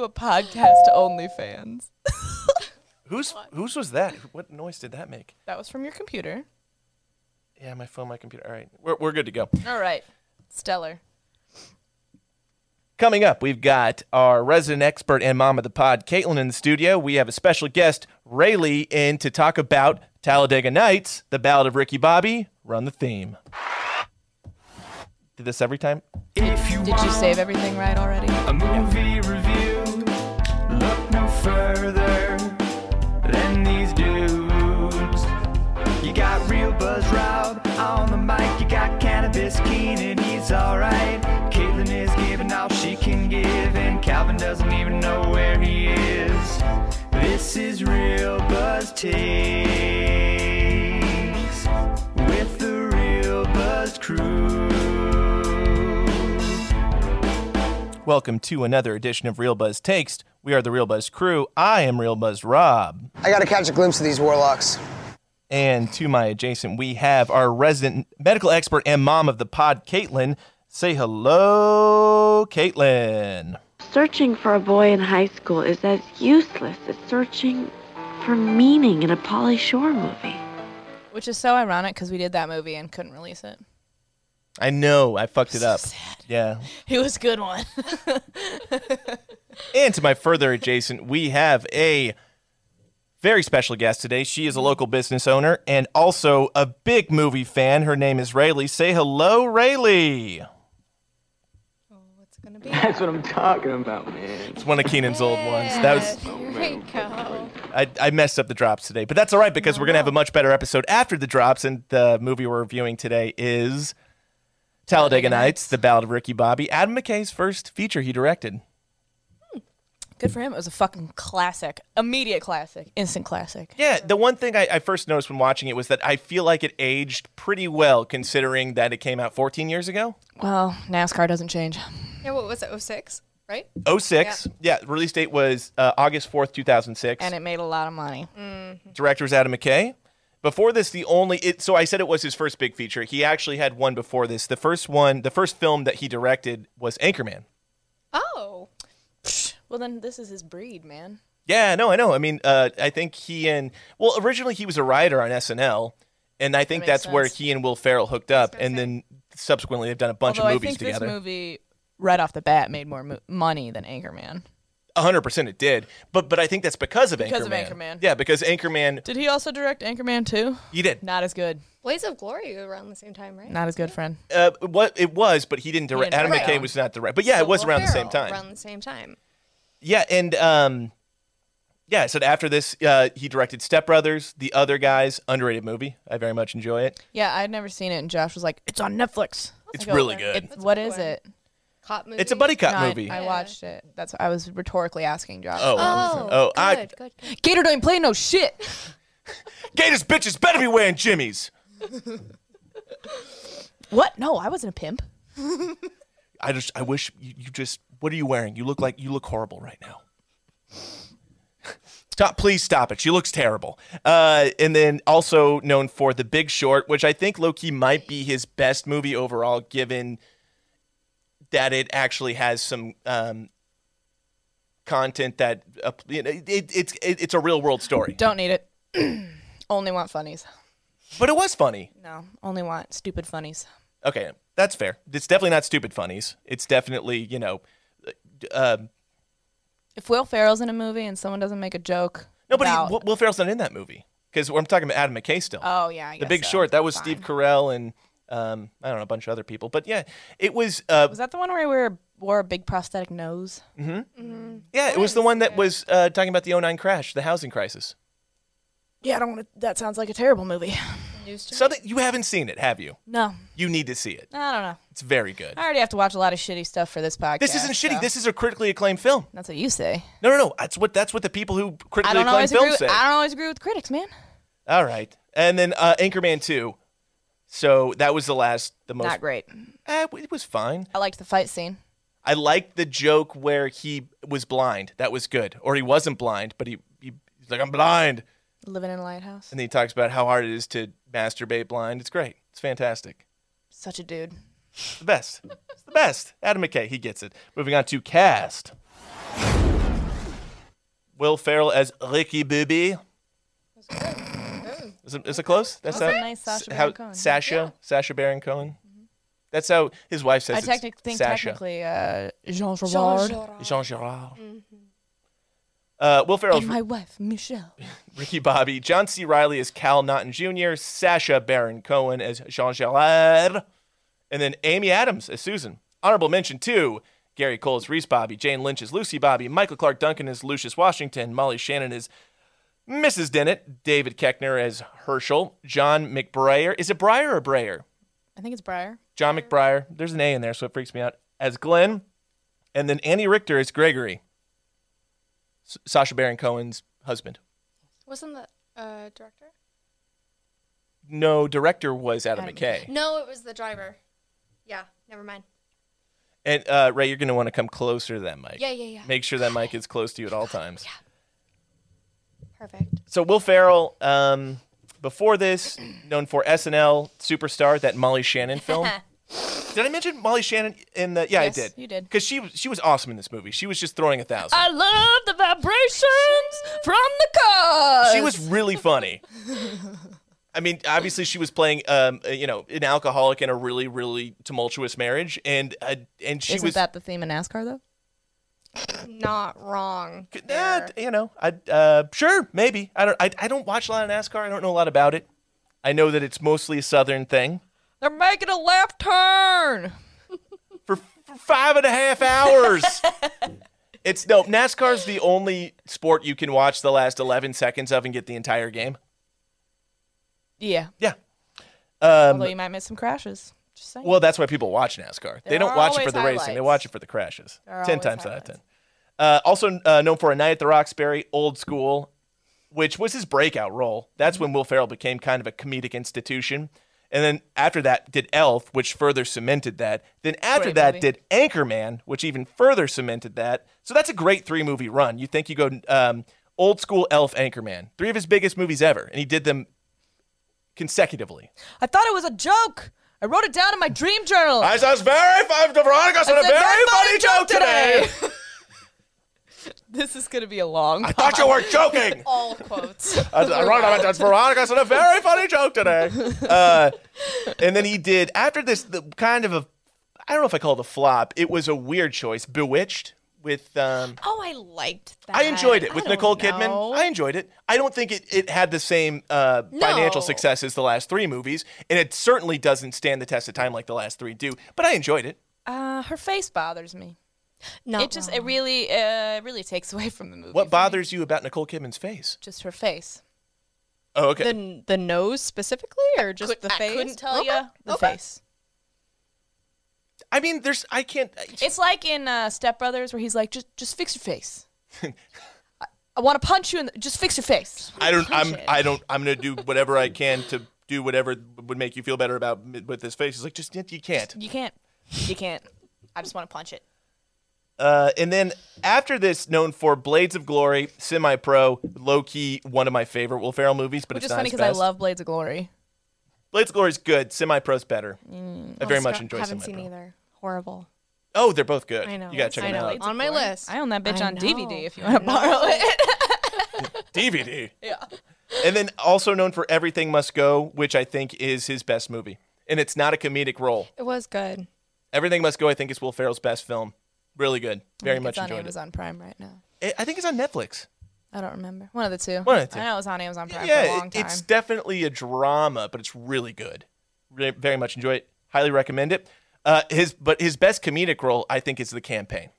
a podcast to OnlyFans. Whose whose was that? What noise did that make? That was from your computer. Yeah, my phone, my computer. All right, we're we're good to go. All right. Stellar. Coming up, we've got our resident expert and mom of the pod, Caitlin, in the studio. We have a special guest, Rayleigh, in to talk about Talladega Nights, the Ballad of Ricky Bobby. Run the theme. Did this every time? If you Did want you save everything right already? a movie review, look no further than these dudes. You got real Buzz Route on the mic, you got Cannabis Keenan, he's alright. Caitlin is giving all she can give, and Calvin doesn't even know where he is. This is Real Buzz Takes with the Real Buzz Crew. Welcome to another edition of Real Buzz Takes. We are the Real Buzz crew. I am Real Buzz Rob. I gotta catch a glimpse of these warlocks. And to my adjacent, we have our resident medical expert and mom of the pod, Caitlin. Say hello, Caitlin. Searching for a boy in high school is as useless as searching for meaning in a Polly Shore movie. Which is so ironic because we did that movie and couldn't release it. I know I fucked it up. sad. Yeah. It was a good one. And to my further adjacent, we have a very special guest today. She is a local business owner and also a big movie fan. Her name is Rayleigh. Say hello, Rayleigh. Oh, What's it gonna be? That's what I'm talking about, man. It's one of Keenan's old ones. That was Here we go. I, I messed up the drops today, but that's all right because we're going to have a much better episode after the drops. And the movie we're reviewing today is Talladega Nights, The Ballad of Ricky Bobby, Adam McKay's first feature he directed. Good for him. It was a fucking classic. Immediate classic. Instant classic. Yeah, the one thing I, I first noticed when watching it was that I feel like it aged pretty well considering that it came out 14 years ago. Well, NASCAR doesn't change. Yeah, what was it? 06, right? 06. Yeah, release date was uh, August 4th, 2006. And it made a lot of money. director was Adam McKay. Before this, the only it, so I said it was his first big feature. He actually had one before this. The first one, the first film that he directed was Anchorman. Oh, Well, then this is his breed, man. Yeah, no, I know. I mean, uh, I think he and well, originally he was a writer on SNL, and I think That makes that's where sense. he and Will Ferrell hooked up, gonna and say. then subsequently they've done a bunch Although of I movies think together. this movie, right off the bat, made more mo- money than Anchorman. hundred percent, it did. But but I think that's because of Because of Anchorman. Anchorman. Yeah, because Anchorman, Did he also direct Anchorman too? he did. Not as good. Blades of Glory around the same time, right? Not as good, friend. Uh, what it was, but he didn't direct. didn't Adam direct McKay them. was not direct, but yeah, it was Will around the same Ferrell, time. Around the same time. Yeah, and um, yeah. So after this, uh, he directed Step Brothers, The Other Guys, underrated movie. I very much enjoy it. Yeah, I'd never seen it, and Josh was like, "It's on Netflix." It's I go, really good. It's, what a good is one. it? Cop movie. It's a buddy cop No, I- movie. I, Yeah. watched it. That's I was rhetorically asking Josh. oh, Oh, oh, good, I good, good. Gator don't play no shit. Gators bitches better be wearing jimmies. what? No, I wasn't a pimp. I just, I wish you, you just. What are you wearing? You look like you look horrible right now. Stop! Please stop it. She looks terrible. Uh, and then also known for The Big Short, which I think Loki might be his best movie overall, given that it actually has some um, content that uh, you know, it, it, it's it, it's a real world story. Don't need it. only want funnies. But it was funny. No, only want stupid funnies. Okay, that's fair. It's definitely not stupid funnies. It's definitely you know. Uh, If Will Ferrell's in a movie and someone doesn't make a joke, No, but he, about- Will- Will Ferrell's not in that movie because I'm talking about Adam McKay still. oh yeah, I the guess Big so. Short. That was Fine. Steve Carell and um, I don't know a bunch of other people. But yeah, it was. Uh, Was that the one where he wore, wore a big prosthetic nose? yeah, it was the one that was uh, talking about the 09 crash, the housing crisis. Yeah, I don't want to. That sounds like a terrible movie. news to So me. that you haven't seen it, have you? No, You need to see it. I don't know. It's very good. I already have to watch a lot of shitty stuff for this podcast. This isn't shitty. so- This is a critically acclaimed film. That's what you say. No, no, no. That's what that's what the people who I critically don't acclaimed always agree. films With, say. I don't always agree with critics, man. All right, and then uh, Anchorman Two. So that was the last, the most. Not great. Eh, it was fine. I liked the fight scene. I liked the joke where he was blind. That was good, or he wasn't blind, but he, he he's like I'm blind, Living in a lighthouse. and he talks about how hard it is to masturbate blind. It's great. It's fantastic. Such a dude. It's the best. It's the best. Adam McKay, he gets it. Moving on to cast. Will Ferrell as Ricky Booby. Is it, is it close? That's That was how, a nice Sacha how Baron Cohen. Mm-hmm. Sasha Sasha Baron Cohen. That's how his wife says. I it's technic- think Sasha. technically uh, Jean Jean Girard Girard. Jean Girard. Mm-hmm. Uh, Will Ferrell's and my wife Michelle. Ricky Bobby, John C. Riley as Cal Naughton Jr., Sasha Baron Cohen as Jean Girard, and then Amy Adams as Susan. Honorable mention too: Gary Cole as Reese Bobby, Jane Lynch as Lucy Bobby, Michael Clark Duncan as Lucius Washington, Molly Shannon as Mrs. Dennett, David Keckner as Herschel, John McBrayer. Is it Breyer or Brayer? I think it's Briar. John McBriar. There's an A in there, so it freaks me out. As Glenn, and then Annie Richter as Gregory, S- Sasha Baron Cohen's husband. Wasn't that uh, director? No, director was Adam, McKay. No, it was the driver. Yeah, never mind. And uh, Ray, you're going to want to come closer to that mic. Yeah, yeah, yeah. Make sure that mic is close to you at all times. Perfect. So Will Ferrell, um, before this, known for SNL Superstar, that Molly Shannon film. did I mention Molly Shannon in the? Yeah, Yes, I did. you did. Because she was- she was awesome in this movie. She was just throwing a thousand. I love the vibrations from the cars. she was really funny. I mean, obviously, she was playing, um, uh, you know, an alcoholic in a really, really tumultuous marriage, and uh, and she Isn't was, that the theme in NASCAR though? Not wrong. Uh, there. you know, I uh, sure, maybe. I don't, I, I don't watch a lot of NASCAR. I don't know a lot about it. I know that it's mostly a Southern thing. They're making a left turn. for, for five and a half hours. it's no NASCAR's the only sport you can watch the last eleven seconds of and get the entire game. Yeah. Yeah. Although Um, you might miss some crashes. Just saying. well, that's why people watch NASCAR. they There don't are watch it for always the racing; they highlights. watch it for the crashes. There are Ten always times out of ten. highlights. Uh, also uh, known for A Night at the Roxbury, Old School, which was his breakout role. That's when Will Ferrell became kind of a comedic institution. And then after that, did Elf, which further cemented that. Then after Great that, movie. did Anchorman, which even further cemented that. So that's a great three movie run. You think you go um, old school Elf, Anchorman, three of his biggest movies ever, and he did them consecutively. I thought it was a joke. I wrote it down in my dream journal. I was very funny. Veronica said a It's very funny joke today. this is gonna be a long. I thought you were joking. All quotes. That's ironic. That's Veronica said a very funny joke today. Uh, and then he did after this the kind of a I don't know if I call it a flop. It was a weird choice. Bewitched with um, oh, I liked that. I enjoyed it with I don't Nicole Kidman. know. I enjoyed it. I don't think it, it had the same uh, financial No. success as the last three movies, and it certainly doesn't stand the test of time like the last three do. But I enjoyed it. Uh, her face bothers me. Not it just it really uh it really takes away from the movie. for What me. bothers you about Nicole Kidman's face? Just her face. Oh, okay. the the nose specifically, or just Could- the face? I couldn't tell Okay, you the okay. face. I mean, there's I can't. It's like in uh, Step Brothers where he's like, just just fix your face. I, I want to punch you in. The, just fix your face. I don't. I'm. I don't. I'm gonna do whatever I can to do whatever would make you feel better about m- with this face. It's like just you can't. You can't. You can't. I just want to punch it. Uh, and then after this, known for Blades of Glory, Semi Pro, Low Key, one of my favorite Will Ferrell movies, but Which it's is not funny his because I best. love Blades of Glory. Blades of Glory is good. Semi Pro's better. I very much enjoy Mm, Semi Haven't seen Pro. either. Horrible. Oh, they're both good. I know. You gotta check I them know. out. It's on my list. I own that bitch I on DVD know. if you want to borrow it. DVD. yeah. And then also known for Everything Must Go, which I think is his best movie, and it's not a comedic role. It was good. Everything Must Go, I think, is Will Ferrell's best film. Really good. Very much it's on enjoyed it. Amazon Prime right now. I I think it's on Netflix. I don't remember. One of the two. One of the two. I know it was on Amazon Prime for a yeah, long it- time. it's definitely a drama, but it's really good. Re- very much enjoy it. Highly recommend it. Uh, his but his best comedic role, I think, is the campaign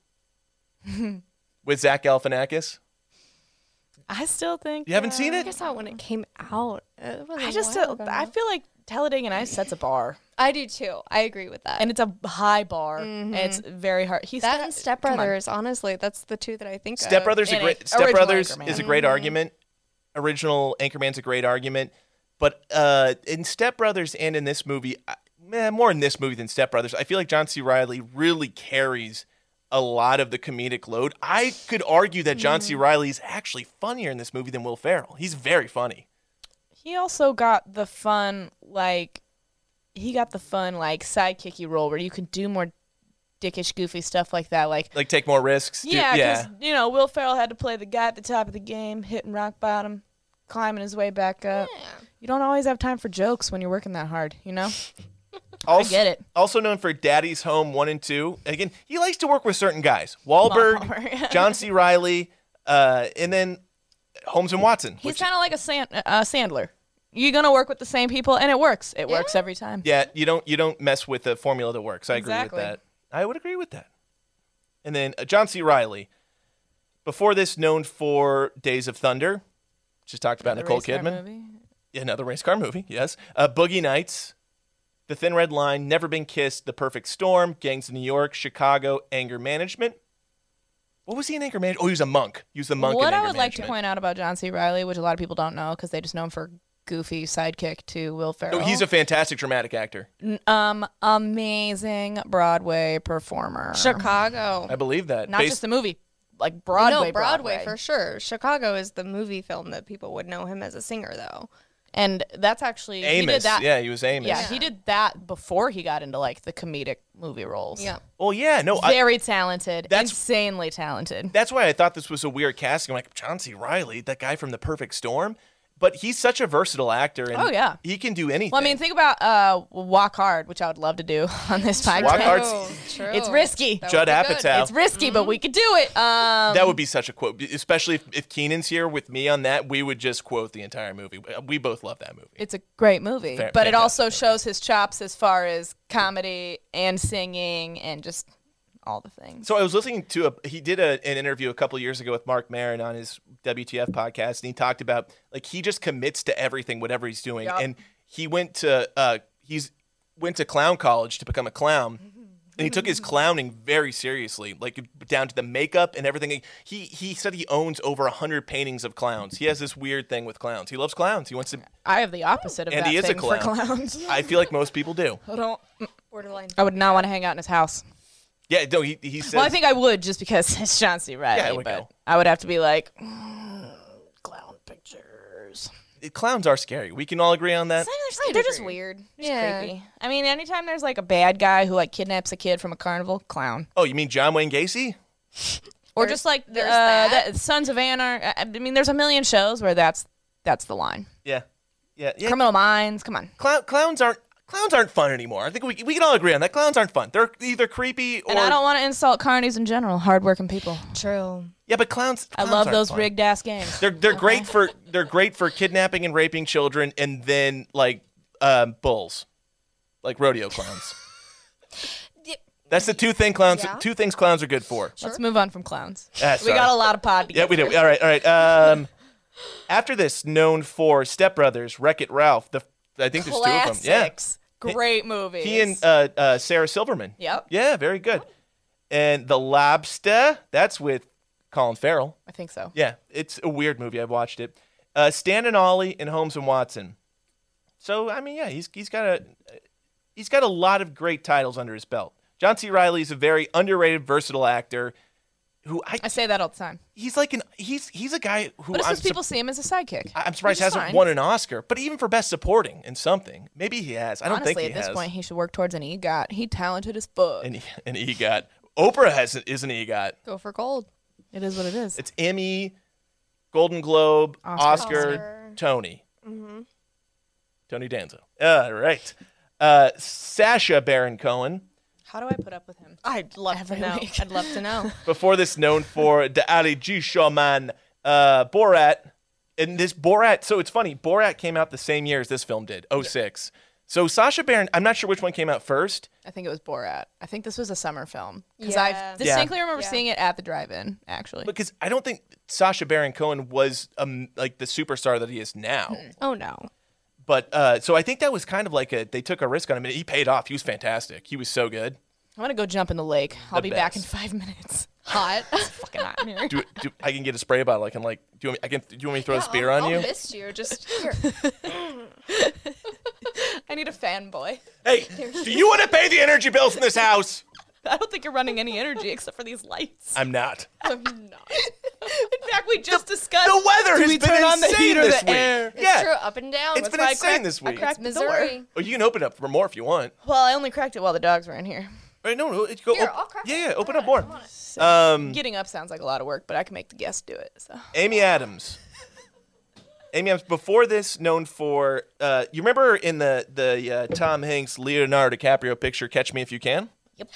with Zach Galifianakis. I still think You haven't seen I Uh, it? think I saw it when it came out. It was I a just while don't- ago I now. feel like Talladega Nights sets a bar, I do too. I agree with that. and it's a high bar, and it's very hard. He's Mm-hmm. that got- and Step come on. Brothers. Honestly, that's the two that I think. Step of. Brothers a and great Anch- Step original Brothers Anchorman. is a great argument. Original Anchorman's a great argument, but uh, in Step Brothers and in this movie, I, man, more in this movie than Step Brothers, I feel like John C. Riley really carries a lot of the comedic load. I could argue that John C. Riley is actually funnier in this movie than Will Ferrell. He's very funny. He also got the fun like he got the fun like sidekicky role where you can do more dickish, goofy stuff like that. Like Like take more risks. do- yeah, yeah. because you know Will Ferrell had to play the guy at the top of the game, hitting rock bottom, climbing his way back up. You don't always have time for jokes when you're working that hard, you know. Also, get it. Also known for Daddy's Home One and Two. Again, he likes to work with certain guys: Wahlberg, Wahlberg. John C. Riley, uh, and then Holmes and Watson. He's which- kind of like a sand- uh, Sandler. You're gonna work with the same people, and it works. It works every time. Yeah, you don't you don't mess with a formula that works. I agree Exactly. with that. I would agree with that. And then uh, John C. Riley, before this, known for Days of Thunder, just talked about The Nicole race car Kidman. movie. Another race car movie, yes. Uh, Boogie Nights, The Thin Red Line, Never Been Kissed, The Perfect Storm, Gangs of New York, Chicago, Anger Management. What was he in Anger Management? Oh, he was a monk. He was the monk. What in I Anger would like to Management. point out about John C. Riley, which a lot of people don't know because they just know him for goofy sidekick to Will Ferrell. No, Oh, he's a fantastic dramatic actor. um amazing Broadway performer. Chicago. I believe that. Not Based- just the movie, like Broadway. no, Broadway, for sure. Chicago is the movie film that people would know him as a singer, though. And that's actually he Amos. did that. Yeah, he was Amos. yeah, he did that before he got into like the comedic movie roles. Yeah. Well, yeah, no, I, Very talented, That's- insanely talented. that's why I thought this was a weird casting. I'm like John C. Riley, that guy from The Perfect Storm, but he's such a versatile actor. And Oh, yeah. he can do anything. Well, I mean, think about uh, Walk Hard, which I would love to do on this podcast. Walk Hard. true. It's risky. That Judd would be good. Apatow. It's risky, but we could do it. Um, that would be such a quote, especially if, if Keenan's here with me on that. We would just quote the entire movie. We both love that movie. it's a great movie, Fair- but it also fantastic shows his chops as far as comedy and singing and just all the things. So I was listening to a he did a, an interview a couple years ago with Mark Marin on his WTF podcast, and he talked about like he just commits to everything, whatever he's doing, and he went to uh, he's went to clown college to become a clown. And he took his clowning very seriously, like down to the makeup and everything. He he said he owns over hundred paintings of clowns. He has this weird thing with clowns. He loves clowns. He wants to. I have the opposite of And that he is a thing for clown. clowns. I feel like most people do. I don't. Borderline. I would not want to hang out in his house. Yeah, no, he he says. Well, I think I would just because it's John C. Riley, Yeah, it would but go. I would have to be like "Mm, clown pictures. clowns are scary. We can all agree on that. They're, just weird. Yeah. yeah. creepy. I mean, anytime there's like a bad guy who like kidnaps a kid from a carnival, clown. Oh, you mean John Wayne Gacy? Or just like the uh, that. that- Sons of Anarchy. I I mean, there's a million shows where that's that's the line. Yeah, yeah, yeah. Criminal Minds. Come on. Clown, clowns aren't clowns aren't fun anymore. I think we we can all agree on that. Clowns aren't fun. They're either creepy or And I don't want to insult carnies in general, hardworking people. True. yeah, but clowns. I clowns love aren't those fun. rigged ass games. They're they're great for they're great for kidnapping and raping children, and then like um, bulls, like rodeo clowns. That's the two thing clowns. Two things clowns are good for. Let's move on from clowns. Ah, we sorry. got a lot of pod. to Yeah, get we do. All right, all right. Um, after this, known for Step Brothers, Wreck It Ralph. The I think there's two of them. Yeah, classics. Great movies. He and uh, uh, Sarah Silverman. Yep. Yeah, very good. And The Lobster, that's with Colin Farrell. I think so. Yeah, it's a weird movie. I've watched it. Uh, Stan and Ollie and Holmes and Watson. So I mean, yeah, he's he's got a he's got a lot of great titles under his belt. John C. Riley is a very underrated, versatile actor who I I say that all the time. he's like an he's he's a guy who But it's I'm because surp- people see him as a sidekick. I- I'm surprised which is hasn't fine. won an Oscar, but even for best supporting in something, maybe he has. I don't Honestly, think he at this has. point, he should work towards an EGOT. He talented as fuck. an, an EGOT. Oprah has is an EGOT. Go for gold. It is what it is. It's Emmy, Golden Globe, Oscar, Oscar. Tony. Tony Danza. All right. Uh, Sasha Baron Cohen, How do I put up with him? I'd love Every to know. week. I'd love to know. before this known for the Ali G. Shaman, uh, Borat. And this Borat, so it's funny, Borat came out the same year as this film did, 06. So Sasha Baron, I'm not sure which one came out first. I think it was Borat. I think this was a summer film because Yeah. I distinctly remember Yeah. seeing it at the drive-in. Actually, because I don't think Sasha Baron Cohen was um, like the superstar that he is now. Mm-hmm. Oh no. But uh, so I think that was kind of like a they took a risk on him and he paid off. He was fantastic. He was so good. I'm gonna go jump in the lake. I'll The be back in best. five minutes. Hot. Fucking hot in here. Do, do I can get a spray bottle? I can like do you want me, I can do you want me to throw a spear I'll, on I'll you? miss you. Just here. I need a fanboy. Hey, do you want to pay the energy bills in this house? I don't think you're running any energy except for these lights. I'm not. I'm not. In fact, we just discussed The weather has we been turn on the insane heat or this the week. air? It's yeah, true. Up and down. it's That's been why I insane cracked- this I week. cracked the door. Missouri. Oh, you can open up for more if you want. Well, I only cracked it while the dogs were in here. Right? No, no, it's go. Here, op- I'll crack yeah, it. yeah, open Come up on, more. come on. Um, Getting up sounds like a lot of work, but I can make the guests do it. So Amy Adams. Amy Adams, before this, known for uh, you remember in the the uh, Tom Hanks Leonardo DiCaprio picture "Catch Me If You Can." Yep.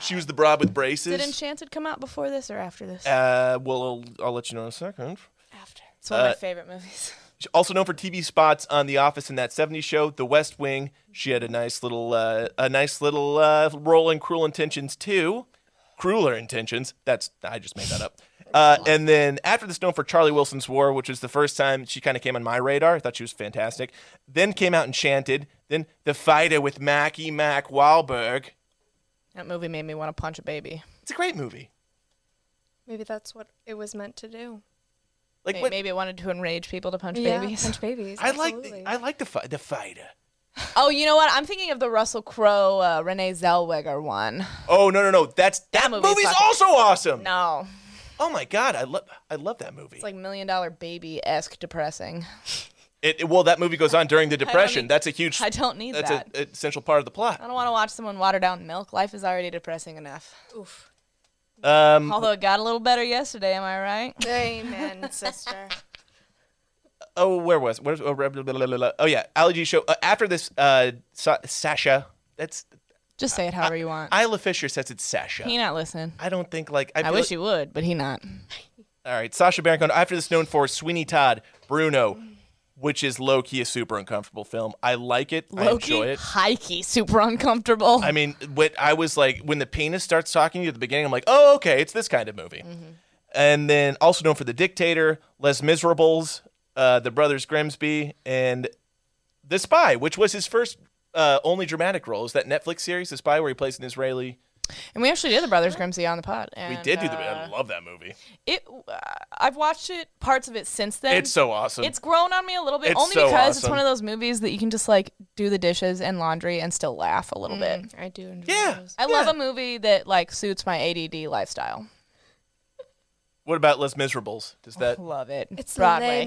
She was the broad with braces. did Enchanted come out before this or after this? uh, well, I'll, I'll let you know in a second. after. It's one of uh, my favorite movies. She's also known for TV spots on The Office and That '70s Show, The West Wing. She had a nice little uh, a nice little uh, role in Cruel Intentions too. Crueler Intentions. That's I just made that up. Uh, and then after this, known for Charlie Wilson's War, which was the first time she kind of came on my radar. I thought she was fantastic. Then came out Enchanted. Then The Fighter with Mackie Mac Wahlberg. That movie made me want to punch a baby. It's a great movie. Maybe that's what it was meant to do. Like May- when- Maybe it wanted to enrage people to punch babies. Punch babies. I like absolutely. I like the fi- the Fighter. Oh, you know what? I'm thinking of the Russell Crowe, uh, Renee Zellweger one. Oh no no no! That's that, That movie's movie's fucking- also awesome. No, Oh my god, I love I love that movie. it's like Million Dollar Baby esque depressing. It, it- well, that movie goes on during the Depression. need- that's a huge. e- I don't need that's that. a- an essential part of the I plot. don't want to watch someone water down milk. Life is already depressing enough. Um, Although it got a little better yesterday, am I right? Amen, sister. oh, where was? Where, oh, blah, blah, blah, blah, blah. oh yeah, allergy show. Uh, after this, uh, Sa- Sasha. That's Just say it however you want. Isla Fisher says it's Sasha. he not listen. I don't think like I, I feel wish like- he would, but he not. All right, Sasha Baron Cohen. After this, known for Sweeney Todd, Bruno, which is low key a super uncomfortable film. I like it. I enjoy it. hikey, super uncomfortable. I mean, what I was like when the penis starts talking to you at the beginning, I'm like, oh, okay, it's this kind of movie. Mm-hmm. And then also known for The Dictator, Les Miserables, uh, The Brothers Grimsby, and The Spy, which was his first uh, only dramatic role. Is that Netflix series, The Spy, where he plays an Israeli? and we actually did the Brothers Grimsey on the pod. We and, did do the. uh, I love that movie. it. Uh, I've watched it parts of it since then. It's so awesome. It's grown on me a little bit, It's only so because it's awesome. one of those movies that you can just like do the dishes and laundry and still laugh a little bit. I do enjoy yeah. those. I love a movie that like suits my ADD lifestyle. What about Les Miserables? Does that Love it. It's Broadway.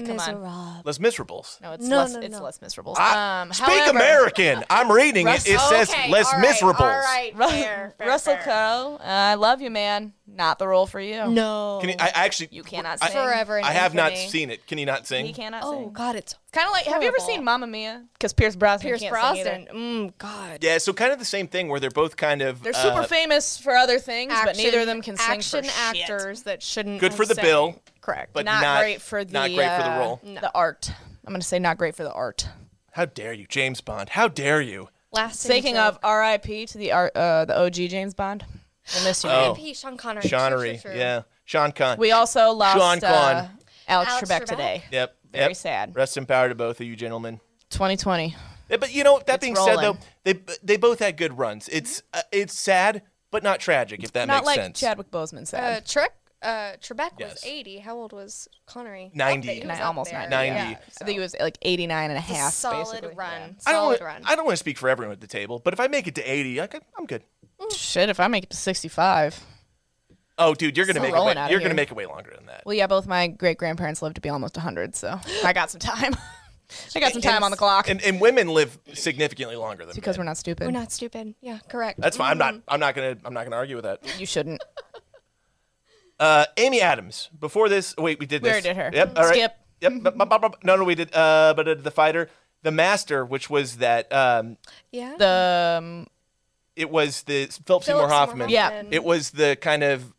Les Come on. Miserables. Les Miserables? Oh. No, it's No, less. no, it's no. less miserable. I- um, Speak however, American. I'm reading it. It says Okay, Les all right, Miserables. All right, Ru- fair, fair, Russell fair. Crowe, uh, I love you, man. Not the role for you. No. Can you, I actually? You cannot I- sing. Forever. and I have not Infinity. seen it. Can you not sing? He cannot Oh sing. God, it's Kind of like, have you ever horrible. seen Mamma Mia? Because Pierce Brosnan. Pierce can't sing either. Brosnan. Mm, God. Yeah, so kind of the same thing where they're both kind of They're uh, super famous for other things, but neither of them can sing for action shit. actors that shouldn't. Good for the sing. bill, Correct. but not, not, great for the not great for the uh, role. The art. I'm gonna say not great for the art. How dare you, James Bond? How dare you? Last Speaking of R.I.P. to the art, uh, the OG James Bond. We'll miss you. man. Oh. P. Sean Connery. Connery, Sure, sure, sure. yeah, Sean Conn. We also lost Sean Conn. uh, Alex, Alex Trebek, Trebek. today. yep, Very yep. sad. Rest in power to both of you gentlemen. 2020. Yeah, But you know that It's being said, though, rolling. Mm-hmm. they they both had good runs. It's uh, it's sad, but not tragic. If that Not makes like sense. Chadwick Boseman Uh, said. Trek, uh, Trebek Yes. was 80. How old was Connery? Up 90. there, he was Ni- up almost there. 90. Yeah, 90. I think it was like 89 and a so half. solid basically. run. I don't. Solid wanna- run. I don't want to speak for everyone at the table, but if I make it to 80, I could, I'm good. Yeah. Mm. Shit, if I make it to 65. Oh, dude, you're gonna Still make rolling it. Way, outta you're gonna here. make it way longer than that. Well, yeah, both my great grandparents lived to be almost 100, so I got some time. I got some time on the clock. And, and women live significantly longer than because men. we're not stupid. We're not stupid. Yeah, correct. That's fine. I'm not. Mm-hmm. I'm not gonna. I'm not gonna argue with that. You shouldn't. Uh, Amy Adams. Before this, wait, we did We this. already did her. Yep. All right. Skip. Yep. bu- bu- bu- bu- No, no, we did. Uh, but uh, the fighter, the master, which was that. Um, yeah. The um, it was the Philip Seymour Hoffman. Yeah. It was the kind of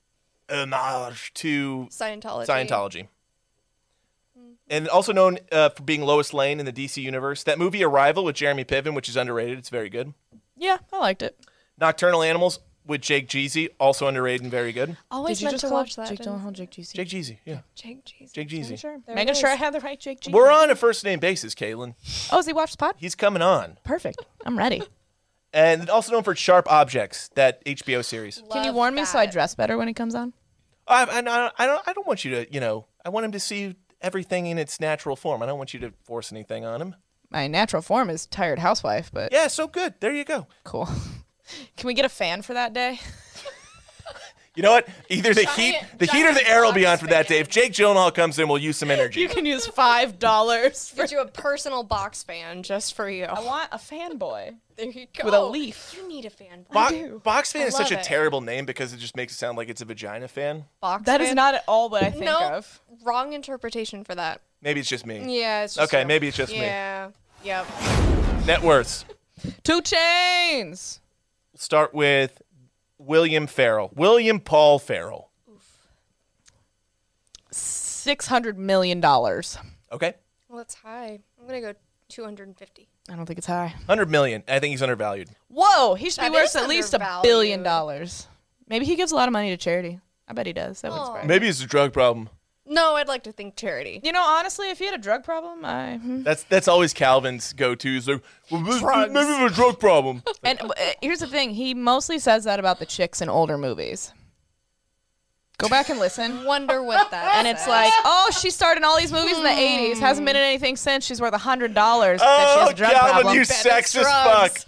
homage to Scientology. Mm-hmm. Scientology. and also known uh, for being Lois Lane in the DC universe. That movie Arrival with Jeremy Piven, which is underrated. It's very good. Yeah, I liked it. Nocturnal Animals with Jake Jeezy, also underrated and very good. Always Did you meant just to call watch that. Jake didn't- Gyllenhaal, Jake Jeezy? Jake Jeezy, yeah. Jake Jeezy. Jake Jeezy. There Making it sure I is. had the right Jake Jeezy. We're on a first name basis, Caitlin. Oh, is he watched the pod? He's coming on. Perfect. I'm ready. And also known for Sharp Objects, that HBO series. Can you Love warn me so I that. dress better when it comes on? I, I, I don't, I don't- I don't want you to, you know, I want him to see everything in its natural form. I don't want you to force anything on him. My natural form is tired housewife, but Yeah, so good. There you go. cool. Can we get a fan for that day? You know what? Either the heat, the heat, or the air will be on for that day. If Jake Gyllenhaal comes in, we'll use some energy. You can use five dollars. For- Get you a personal box fan just for you. I want a fanboy There you go. with a leaf. You need a fan. Bo- box fan is such a love it. terrible name because it just makes it sound like it's a vagina fan. Box That fan. is not at all what I think no of. wrong interpretation for that. Maybe it's just me. Yeah. It's just Okay, a- maybe it's just me. yeah. Yep. Net worths. Two chains. Start with William Farrell. William Paul Farrell. Six hundred million dollars. Okay. Well, it's high. I'm gonna go 250. I don't think it's high. 100 million. I think he's undervalued. Whoa, he should be That worth is at least a undervalued. billion dollars. Maybe he gives a lot of money to charity. I bet he does. That would Aw. surprise me. Maybe it's a drug problem. No, I'd like to think charity. You know, honestly, if he had a drug problem, I hmm. That's that's always Calvin's go-to. Is like, well, this- maybe it's a drug problem. and uh, here's the thing: he mostly says that about the chicks in older movies. Go back and listen. Wonder what that. And it's like, oh, she starred in all these movies in the '80s, hasn't been in anything since. She's worth a hundred dollars. that she has oh, a drug Calvin, problem. you Bet- sexist fuck. drugs.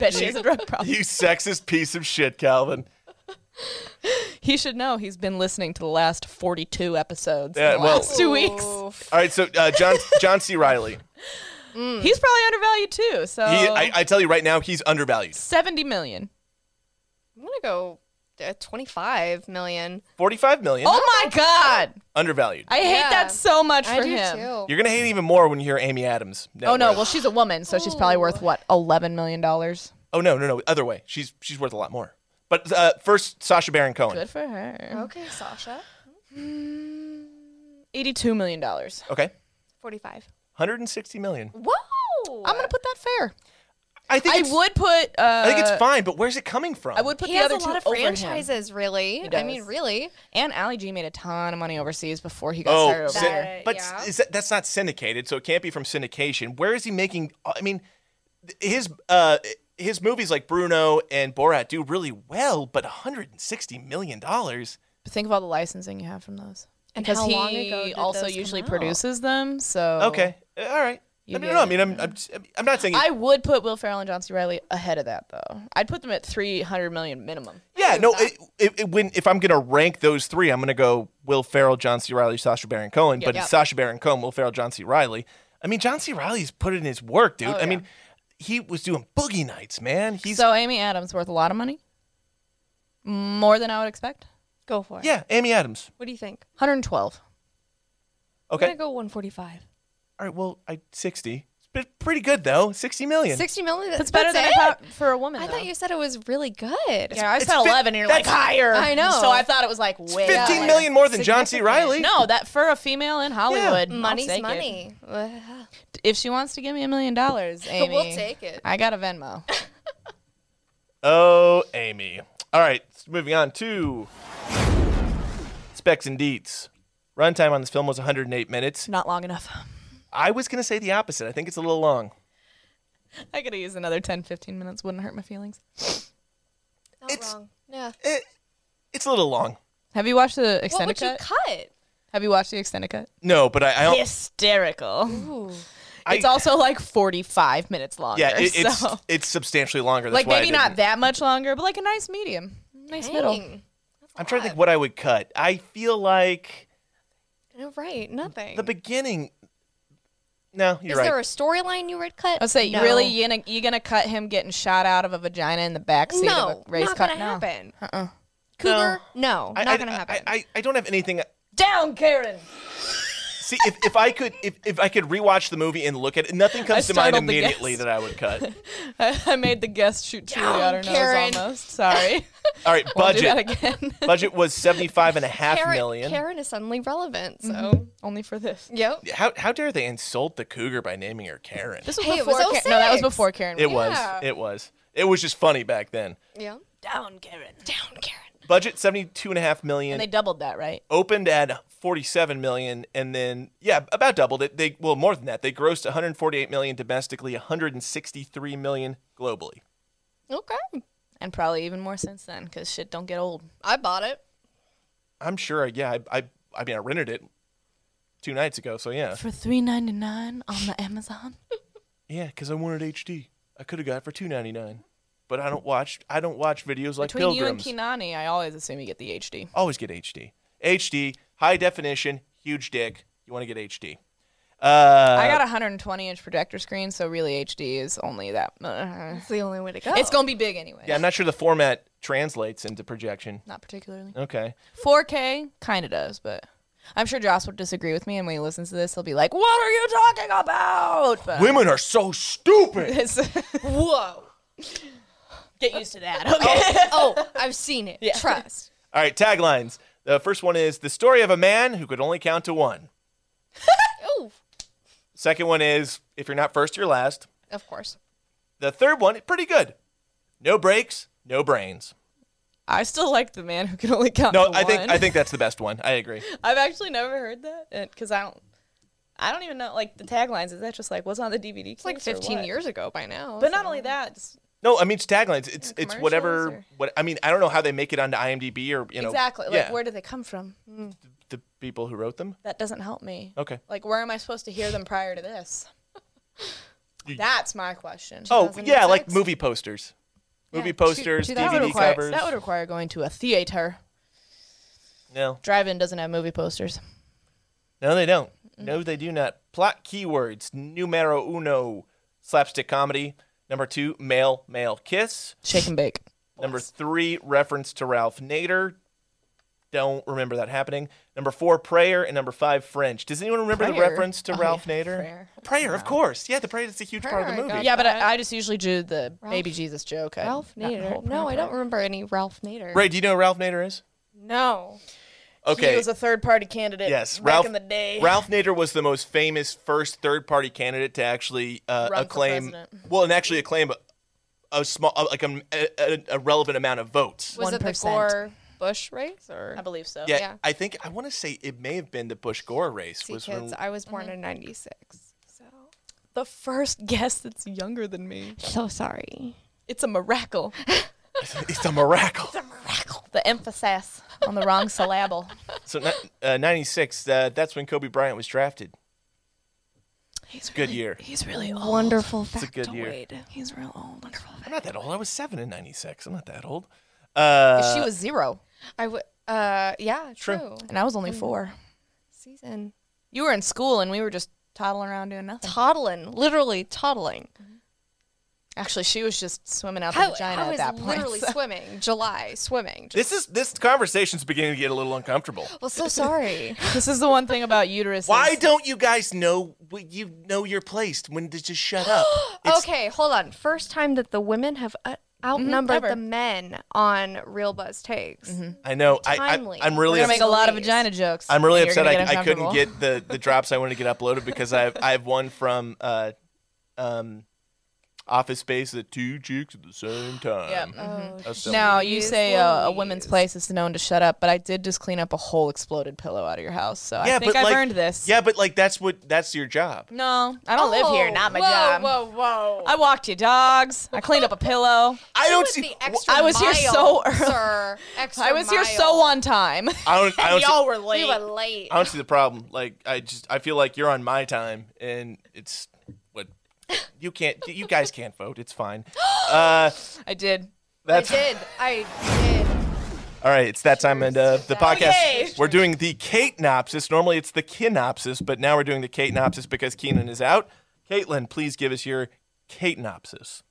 Bet she has a drug problem. You sexist piece of shit, Calvin. He should know. He's been listening to the last 42 episodes. Yeah, in the well- last two weeks. Oof. All right, so uh, John John C. Riley. Hmm. He's probably undervalued too. So He, I, I tell you right now, he's undervalued. 70 million. I'm gonna go uh, 25 million. Forty-five million, Oh my god! undervalued. I hate Yeah. that so much for I do him. too. You're gonna hate even more when you hear Amy Adams. net Oh no, worth. well she's a woman, so she's probably worth what 11 million dollars. oh no, no, no. Other way, she's she's worth a lot more. But uh, first, Sasha Baron Cohen. Good for her. Okay, Sasha. 82 million dollars. Okay, 45. hundred and sixty million. Whoa! I'm gonna put that fair. I think I it's, would put. Uh, I think it's fine, but where's it coming from? I would put He the has other a two lot of over him. franchises, really. I mean, does. really. And Allie G made a ton of money overseas before he got started Oh, over syn- here. there. but Yeah. is that, that's not syndicated, so it can't be from syndication. Where is he making? uh, I mean, th- his uh, his movies like Bruno and Borat do really well, but 160 million dollars. Think of all the licensing you have from those. And because how he long ago did also those come usually out? produces them. So Okay, Uh, all right. I You mean, get no, I it, mean, I'm, I'm, I'm not saying. it- I would put Will Ferrell and John C. Riley ahead of that though. I'd put them at 300 million minimum. yeah, no. It, it, it- when if I'm gonna rank those three, I'm gonna go Will Ferrell, John C. Riley, Sasha Baron Cohen. but it's Sasha Baron Cohen, Will Ferrell, John C. Riley. I mean, John C. Riley's put in his work, dude. I mean, he was doing boogie nights, man. He's so Amy Adams worth a lot of money? More than I would expect? Go for it. yeah, Amy Adams. What do you think? 112. Okay. I'm gonna go 145. All right, well, I 60. It's been pretty good though. 60 million. 60 million. That's better than it? I thought for a woman. I though. thought you said it was really good. Yeah, I It's said fif- 11 and you're like that's- higher. I know. So I thought it was like 15 way higher. million more than John C. Riley. No, that for a female in Hollywood. I'll Money's take it. money. Ugh. If she wants to give me a million dollars, Amy. We'll take it. I got a Venmo. Oh, Amy. All right, s- moving on to specs and deets. Runtime on this film was 108 minutes. Not long enough. I was going to say the opposite. I think it's a little long. I could have used another 10, 15 minutes. Wouldn't hurt my feelings. Not It's- wrong. Yeah. It, Eh, it's a little long. Have you watched the What extended would you cut? cut? Have you watched the extended cut? No, but I, I don't. Hysterical. I- It's also like 45 minutes longer. yeah, it, it's so. it's substantially longer. That's like why I maybe not didn't- that much longer, but like a nice medium, nice middle. Dang. I'm trying to think what I would cut. I feel like No, right. Nothing. the beginning. No, you're Is right. there a storyline you would cut? I'll say, No. really, you gonna you gonna cut him getting shot out of a vagina in the back seat No, of a race not car? gonna No. happen. Uh-uh. Cougar, no, I- not I- gonna happen. I, I, I don't have anything Down, Karen. See, if, if I could if, if I could rewatch the movie and look at it, nothing comes to mind startled the immediately guest. that I would cut. I, I made the guest shoot truly out her Karen. nose almost. Sorry. All right, Won't do that budget. again. Budget was seventy five and a half Karen, million. Karen is suddenly relevant. So, Only for this. yep. How how dare they insult the cougar by naming her Karen? This was Hey, it before. was Karen. No, that was 06. before Karen. It was. Yeah. It was. It was just funny back then. Yeah. down Karen. Down, Karen. Budget seventy two and a half million. And they doubled that, right? opened at 47 million and then yeah about doubled it they well more than that they grossed 148 million domestically 163 million globally Okay. And probably even more since then, because shit don't get old. I bought it. i'm sure yeah i i, I mean i rented it two nights ago so yeah For three ninety nine on the Amazon. yeah because i wanted hd i could have got it for 2.99 but i don't watch i don't watch videos like Between you and pilgrims Kinani, I always assume you get the HD. always get hd hd high definition huge dick you want to get hd uh I got a 120 inch projector screen, so really HD is only that. uh, It's the only way to go. It's gonna be big anyway. yeah i'm not sure the format translates into projection Not particularly. okay 4K kind of does, but I'm sure Joss would disagree with me. And when he listens to this, he'll be like, "What are you talking about?" But women are so stupid it's, Whoa. get used to that. Okay. Oh, I've seen it. Trust. All right, taglines. The first one is the story of a man who could only count to one. Oh, Second one is if you're not first, you're last. of course. The third one, pretty good. No breaks, no brains. I still like the man who can only count. No, to I think one. I think that's the best one. I agree. I've actually never heard that because I don't. I don't even know like the taglines. Is that just like what's on the DVD? It's like 15 years ago by now. But not so- only that, just, No, I mean it's taglines. It's it's whatever. commercials What I mean, I don't know how they make it onto IMDb or you know exactly. Like yeah, where do they come from? the people who wrote them. That doesn't help me. Okay. Like where am I supposed to hear them prior to this? That's my question. Oh yeah, like 2006? movie posters, movie posters, that DVD would require covers. that would require going to a theater. no, Drive-in doesn't have movie posters. No, they don't. No, they do not. Plot keywords numero uno, slapstick comedy. Number two, male, male kiss. Shake and bake. Number three, reference to Ralph Nader. Don't remember that happening. Number four, prayer. And number five, French. Does anyone remember the Prayer? reference to Oh, Ralph yeah, Nader? prayer. oh Prayer, of course. Yeah, the prayer is a huge part of the Prayer, I movie. got Yeah, but I, I just usually do the baby Ralph- Jesus joke. I- Ralph not the whole Nader. No, I proper- don't remember any Ralph Nader. Ray, do you know who Ralph Nader is? No. Okay. He was a third-party candidate. Yes, back Ralph. in the day. Ralph Nader was the most famous first third-party candidate to actually uh, Run for acclaim. president. well, and actually acclaim a, a small, a, like a, a, a relevant amount of votes. Was it the 1%. Gore Bush race or? I believe so. yeah, yeah. I think I want to say it may have been the Bush Gore race. See, Was kids, when, I was born in '96, so The first guest that's younger than me. so sorry. It's a miracle. it's a miracle. the emphasis on the wrong syllable. so ni- uh, '96. Uh, that's when Kobe Bryant was drafted. He's Good year. He's really old. Wonderful It's a good year. He's real old. Wonderful. I'm not that old. I was seven in '96. I'm not that old. Uh, she was zero, I would. Uh, yeah, True. true. and I was only four. Season You were in school, and we were just toddling around doing nothing. toddling, literally toddling. Actually, she was just swimming out the I, vagina I at was that point. literally so- swimming. July swimming. Just, this is this conversation's beginning to get a little uncomfortable. well, so sorry. This is the one thing about uterus. Why don't you guys know when you know your place when to just shut up? It's- okay, hold on. First time that the women have uh, outnumbered ever. the men on Real Buzz takes. I know. I, I Timely. I'm really We're gonna make a lot of Please. vagina jokes. I'm really and you're upset gonna I, I couldn't uncomfortable. get the, the drops I wanted to get uploaded because I I have one from uh um Office Space the two chicks at the same time. Yep. That's dumb. Now you Jeez say uh, a Louise. woman's place is known to shut up, but I did just clean up a whole exploded pillow out of your house, so I think I've like, earned this. Yeah, but like that's what that's your job. No, I don't live here. Oh, Not my whoa, job. Whoa, whoa. I walked your dogs. I cleaned up a pillow. I don't was see. the wh- extra I was here mile, so early. Sir. Extra I was here mile. so on time. I don't. I don't, see, were We were late. I don't see the problem. Like I just I feel like you're on my time and it's what you can't. You guys can't vote. It's fine. Uh, I did. that's I did. I did. All right, it's that time and uh, the podcast. yay. We're doing the Kate-nopsis. Normally it's the Kinopsis, but now we're doing the Kate-nopsis because Keenan is out. Caitlin, please give us your Kate-nopsis.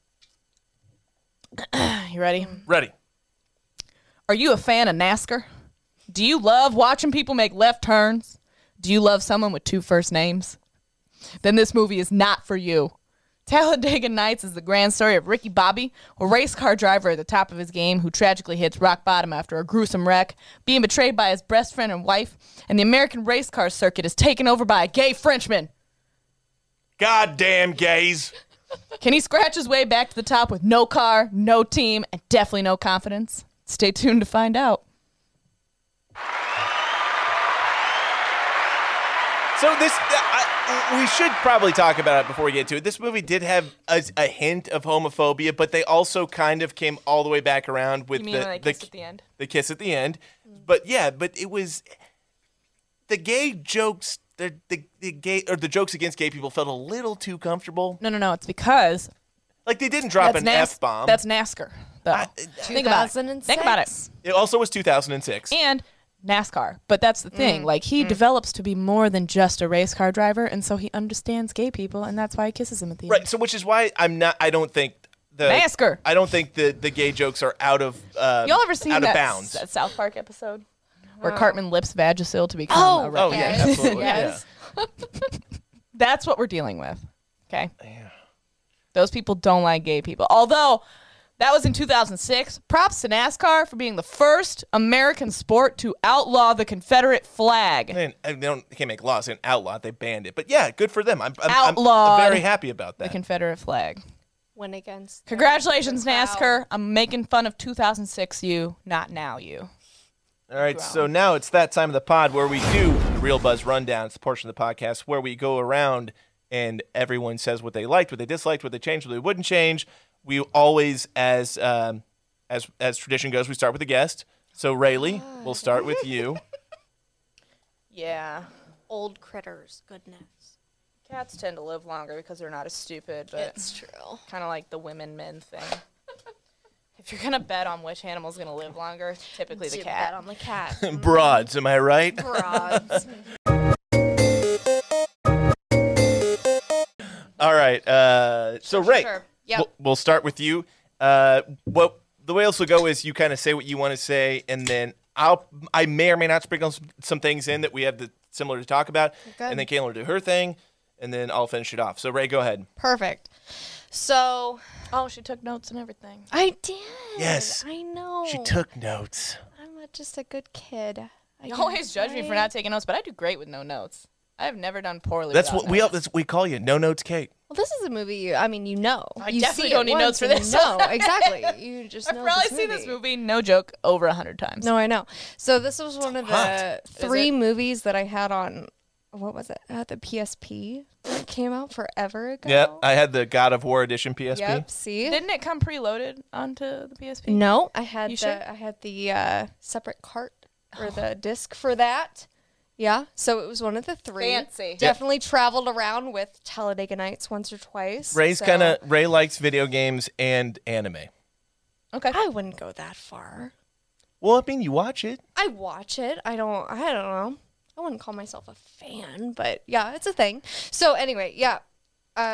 You ready? Ready? Are you a fan of NASCAR? Do you love watching people make left turns? do you love someone with two first names? Then this movie is not for you. Talladega Nights is the grand story of Ricky Bobby, a race car driver at the top of his game who tragically hits rock bottom after a gruesome wreck, being betrayed by his best friend and wife, and the American race car circuit is taken over by a gay Frenchman. Goddamn gays. Can he scratch his way back to the top with no car, no team, and definitely no confidence? Stay tuned to find out. So this, I, we should probably talk about it before we get to it. This movie did have a, a hint of homophobia, but they also kind of came all the way back around with You mean the when they the, kiss at the end? the kiss at the end. But yeah, but it was the gay jokes. The, the, the gay or the jokes against gay people felt a little too comfortable. No, no, no. It's because Like they didn't drop that's an Nas- f bomb. That's NASCAR, though. Think about it. Think about it. 2006? It also was 2006. and NASCAR. But that's the thing. Like he develops to be more than just a race car driver, and so he understands gay people, and that's why he kisses him at the Right. So, which is why I'm not. I don't think the Masker. I don't think the the gay jokes are out of. Uh, end. Y'all ever seen out of that, bounds? that South Park episode where Cartman lips Vagisil to become a oh wreck? yeah, absolutely. Yes. That's what we're dealing with. Okay. Those people don't like gay people. Although that was in 2006. Props to NASCAR for being the first American sport to outlaw the Confederate flag. Yeah. And and they don't they can't make laws. They can outlaw. it, They banned it. But yeah, good for them. I'm I'm- I'm, I'm, Outlawed. very happy about The that. Confederate flag. Went against. Congratulations, NASCAR. I'm making fun of 2006 you, not now you. All right, so now it's that time of the pod where we do the Real Buzz Rundown. It's a portion of the podcast where we go around and everyone says what they liked, what they disliked, what they changed, what they wouldn't change. We always, as um, as as tradition goes, we start with a guest. So Rayleigh, we'll start with you. Yeah. Old critters. Goodness. Cats tend to live longer because they're not as stupid, but It's true. kind of like the women men thing. if you're going to bet on which animal's going to live longer, typically the Do cat. that on the cat. Broads, am I right? Rods. All right. Uh, so Ray, sure. Yep. we'll, we'll start with you. Uh, what the way else will go is you kind of say what you want to say, and then I'll I may or may not sprinkle some, some things in that we have the similar to talk about, and then Caitlin will do her thing, and then I'll finish it off. So Ray, go ahead. Perfect. So Oh, she took notes and everything. I did. Yes. I know. She took notes. I'm a- just a good kid. I You always guess, judge me for right? not taking notes, but I do great with no notes. I've never done poorly. That's without what we notes. that's, we call you. No notes, Kate. Well, this is a movie you. I mean, you know. I you definitely see it don't need notes once for and you this. know exactly. You just. I've know probably seen this movie, no joke, over a hundred times. No, I know. So this was one of the hot. three movies that I had on. What was it? Uh, the PSP. It came out forever ago. Yep. uh, I had the God of War edition PSP. Yep. See. Didn't it come preloaded onto the PSP? No, I had You the sure? I had the uh, separate cart or the disc for that. Yeah, so it was one of the three. Fancy. Yep. Definitely traveled around with Talladega Nights once or twice. Ray's so- kind of Ray likes video games and anime. Okay. I wouldn't go that far. Well, I mean, you watch it. I watch it. I don't. I don't know. I wouldn't call myself a fan, but yeah, it's a thing. So anyway, yeah. Uh,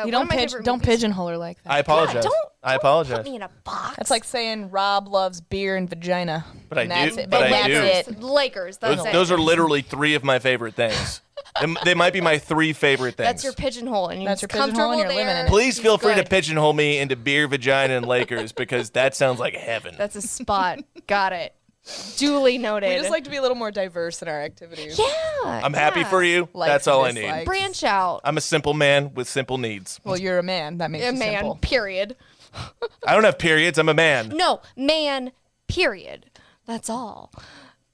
You one of don't my pidge- favorite don't movies- pigeonhole her like that. I apologize. Yeah, don't. I don't apologize. Put me in a box. That's like saying Rob loves beer and vagina. But I and do- That's it. but I do. that's it. Lakers. That's Those, it. those are literally three of my favorite things. They- they might be my three favorite things. That's your pigeonhole, and you're That's that's your your pigeonhole comfortable and there. you're living in it. Please feel free to Good. pigeonhole me into beer, vagina, and Lakers because that sounds like heaven. That's a spot. Got it. Duly noted. We just like to be a little more diverse in our activities. yeah. I'm happy for you. Like That's all I need. dislike. Branch out. I'm a simple man with simple needs. Well, you're a man. That makes A you man. simple. Period. I don't have periods. I'm a man. No, man. Period. That's all.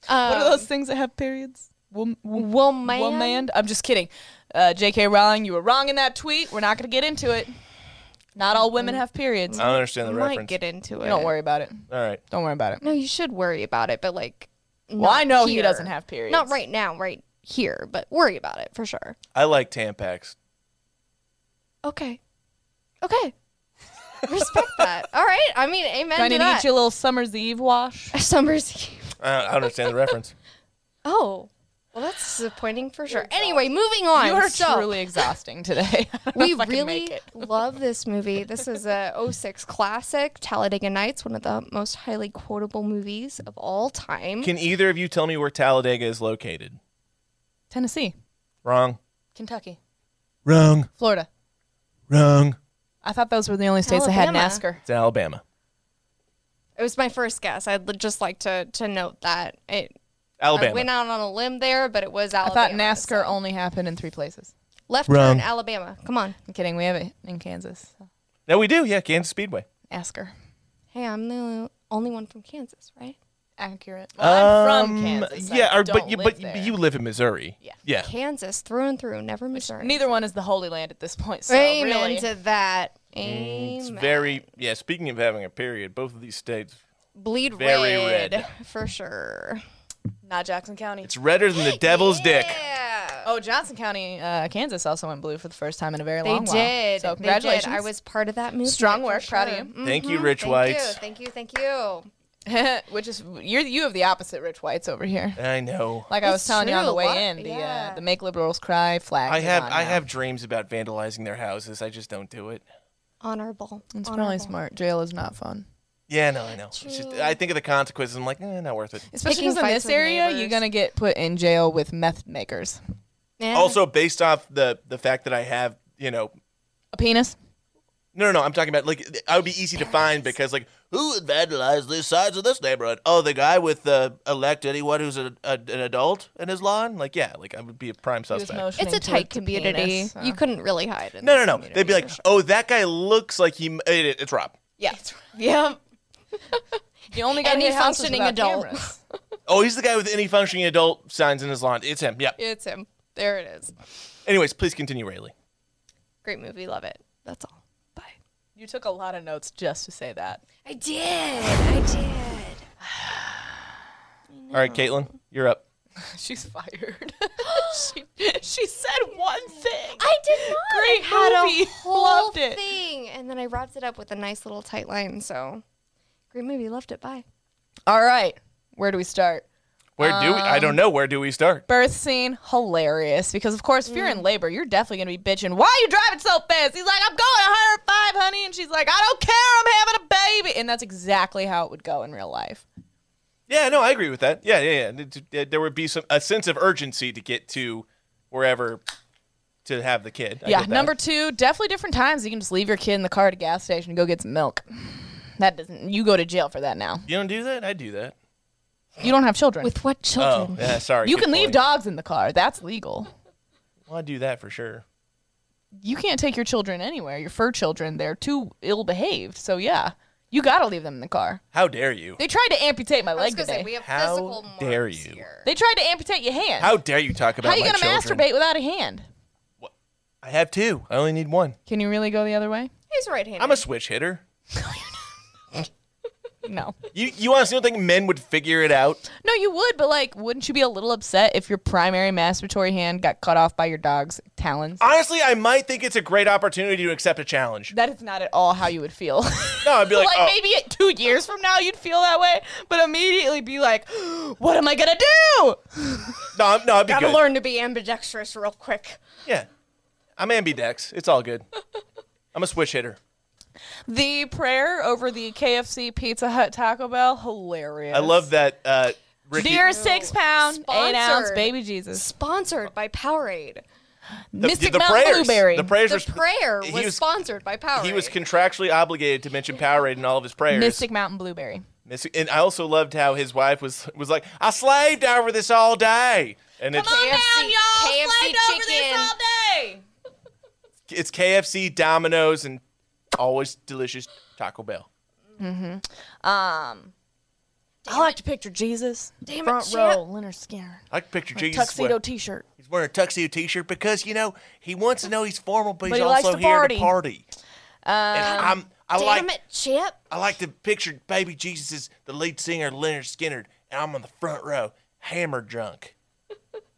What are those things that have periods? Wom- wom- Um, Woman. Womand? I'm just kidding. Uh, J.K. Rowling, you were wrong in that tweet. We're not going to get into it. Not all women have periods. I don't understand the Might reference. get into it. Don't worry about it. All right. Don't worry about it. No, you should worry about it, but like. Well, I not know he here. doesn't have periods. Not right now, right here, but worry about it for sure. I like Tampax. Okay. Okay. Respect that. All right. I mean, amen Do I to need to that. get you a little summer's eve wash? Summer's Eve. I don't, I don't understand the reference. Oh. Well, that's disappointing for sure. Anyway, moving on. You are so, truly exhausting today. I don't know we if I can really make it. love this movie. This is a 06 classic, Talladega Nights, one of the most highly quotable movies of all time. Can either of you tell me where Talladega is located? Tennessee. Wrong. Kentucky, Wrong. Florida. Wrong. I thought those were the only states that had Alabama. NASCAR. It's Alabama. It was my first guess. I'd li- just like to, to note that. It, I went Alabama. out on a limb there, but it was I Alabama. thought NASCAR only happened in three places. Left Wrong. turn, Alabama. Come on. I'm kidding. We have it in Kansas. So, No, we do. Yeah, Kansas Speedway. NASCAR. Hey, I'm the only one from Kansas, right? Accurate. Well, I'm from Um, Kansas. I Yeah, or- don't but you live but there. you live in Missouri. Yeah. Yeah. Kansas, through and through, never Missouri. Neither one is the Holy Land at this point. So Amen really, to that. Mm, It's Amen. very yeah. Speaking of having a period, both of these states, Bleed very red, red. For sure. not Jackson County. it's redder than the devil's dick. Yeah. Oh, Johnson County, uh, Kansas also went blue for the first time in a very They long while. did. So They did. congratulations. I was part of that movement. Strong for work. Proud of sure. you. Mm, Thank you, Rich Whites. Thank you. Thank you. Thank you. which is you're you have the opposite rich whites over here. I know. Like I was It's telling you on true, the a way lot- in, the yeah. uh, the make liberals cry flag. I is have on I now. have dreams about vandalizing their houses. I just don't do it. Honorable. It's Honorable. probably smart. Jail is not fun, Yeah, no, I know. It's just, I think of the consequences. I'm like, eh, not worth it. especially Picking because in fights this with area you're neighbors. gonna get put in jail with meth makers. Yeah. Also, based off the the fact that I have, you know, A penis. no, no, no. I'm talking about like I would be easy to find because like who would vandalize these sides of this neighborhood? Oh, the guy with the elect anyone who's a, a, an adult in his lawn. Like yeah, like I would be a prime He was suspect. motioning it's a towards tight the community. penis, so. You couldn't really hide. In No, this no, no. community They'd be like, for sure. "Oh, that guy looks like he." m- It, it's Rob. yeah, yeah. You only got Any hit houses functioning without adult. cameras. Oh, he's the guy with any functioning adult signs in his lawn. It's him. Yeah. It's him. There it is. Anyways, please continue, Rayleigh. Great movie. Love it. That's all. Bye. You took a lot of notes just to say that. I did. I did. All right, Caitlin, you're up. She's fired. she, she said one thing. I did not. Great I had movie. a whole Loved it. thing, and then I wrapped it up with a nice little tight line. So, great movie. Loved it. Bye. All right. Where do we start? Where do we? I Um, don't know. Where do we start? Birth scene, hilarious. Because, of course, if you're in labor, you're definitely going to be bitching, why are you driving so fast? He's like, I'm going 105, honey. And she's like, I don't care. I'm having a baby. And that's exactly how it would go in real life. Yeah, no, I agree with that. Yeah, yeah, yeah. It- it- There would be some a sense of urgency to get to wherever to have the kid. I yeah. get that. Number two, definitely different times. You can just leave your kid in the car at a gas station and go get some milk. That doesn't, you go to jail for that now. You don't do that. I do that. You don't have children. With what Oh, children? yeah. Sorry. you good can leave point. dogs in the car. That's legal. Well, I do that for sure. you can't take your children anywhere. Your fur children, they're too ill behaved. So yeah, you gotta leave them in the car. How dare you? They tried to amputate my leg today. have How dare you? they tried to amputate your hand. How dare you talk about How you my gonna children? masturbate without a hand? I have two. I only need one. Can you really go the other way? He's right-handed. I'm a switch hitter. No. You you honestly don't think men would figure it out? No, you would, but like, wouldn't you be a little upset if your primary masturbatory hand got cut off by your dog's talons? Honestly, I might think it's a great opportunity to accept a challenge. That is not at all how you would feel. No, I'd be like, oh, maybe at two years from now you'd feel that way, but immediately be like, what am I gonna do? no, I'm- no, I'd be Gotta good. learn to be ambidextrous real quick. Yeah, I'm ambidex. It's all good. I'm a switch hitter. The prayer over the KFC, Pizza Hut, Taco Bell, hilarious. I love that. Uh, Ricky, Dear six pound, eight ounce Sponsored. baby Jesus. Sponsored by Powerade. the, Mystic the Mountain prayers, Blueberry. The prayers. The was- prayer he was, was- sponsored by Powerade. he was contractually obligated to mention Powerade in all of his prayers. Mystic Mountain Blueberry. Mystic- And I also loved how his wife was was like, "I slaved over this all day," and it's KFC, KFC chicken. day. it's KFC, Domino's, and always delicious Taco Bell. Um, I like to picture Jesus. Damn Front it, row, Leonard Skinner. I can picture Jesus Tuxedo wearing- t shirt. He's wearing a tuxedo T-shirt because you know he wants to know he's formal, but he's But he likes also to here party. to party. and I'm, I Damn like it, Chip. I like to picture Baby Jesus as the lead singer Leonard Skinner, and I'm on the front row, hammer drunk.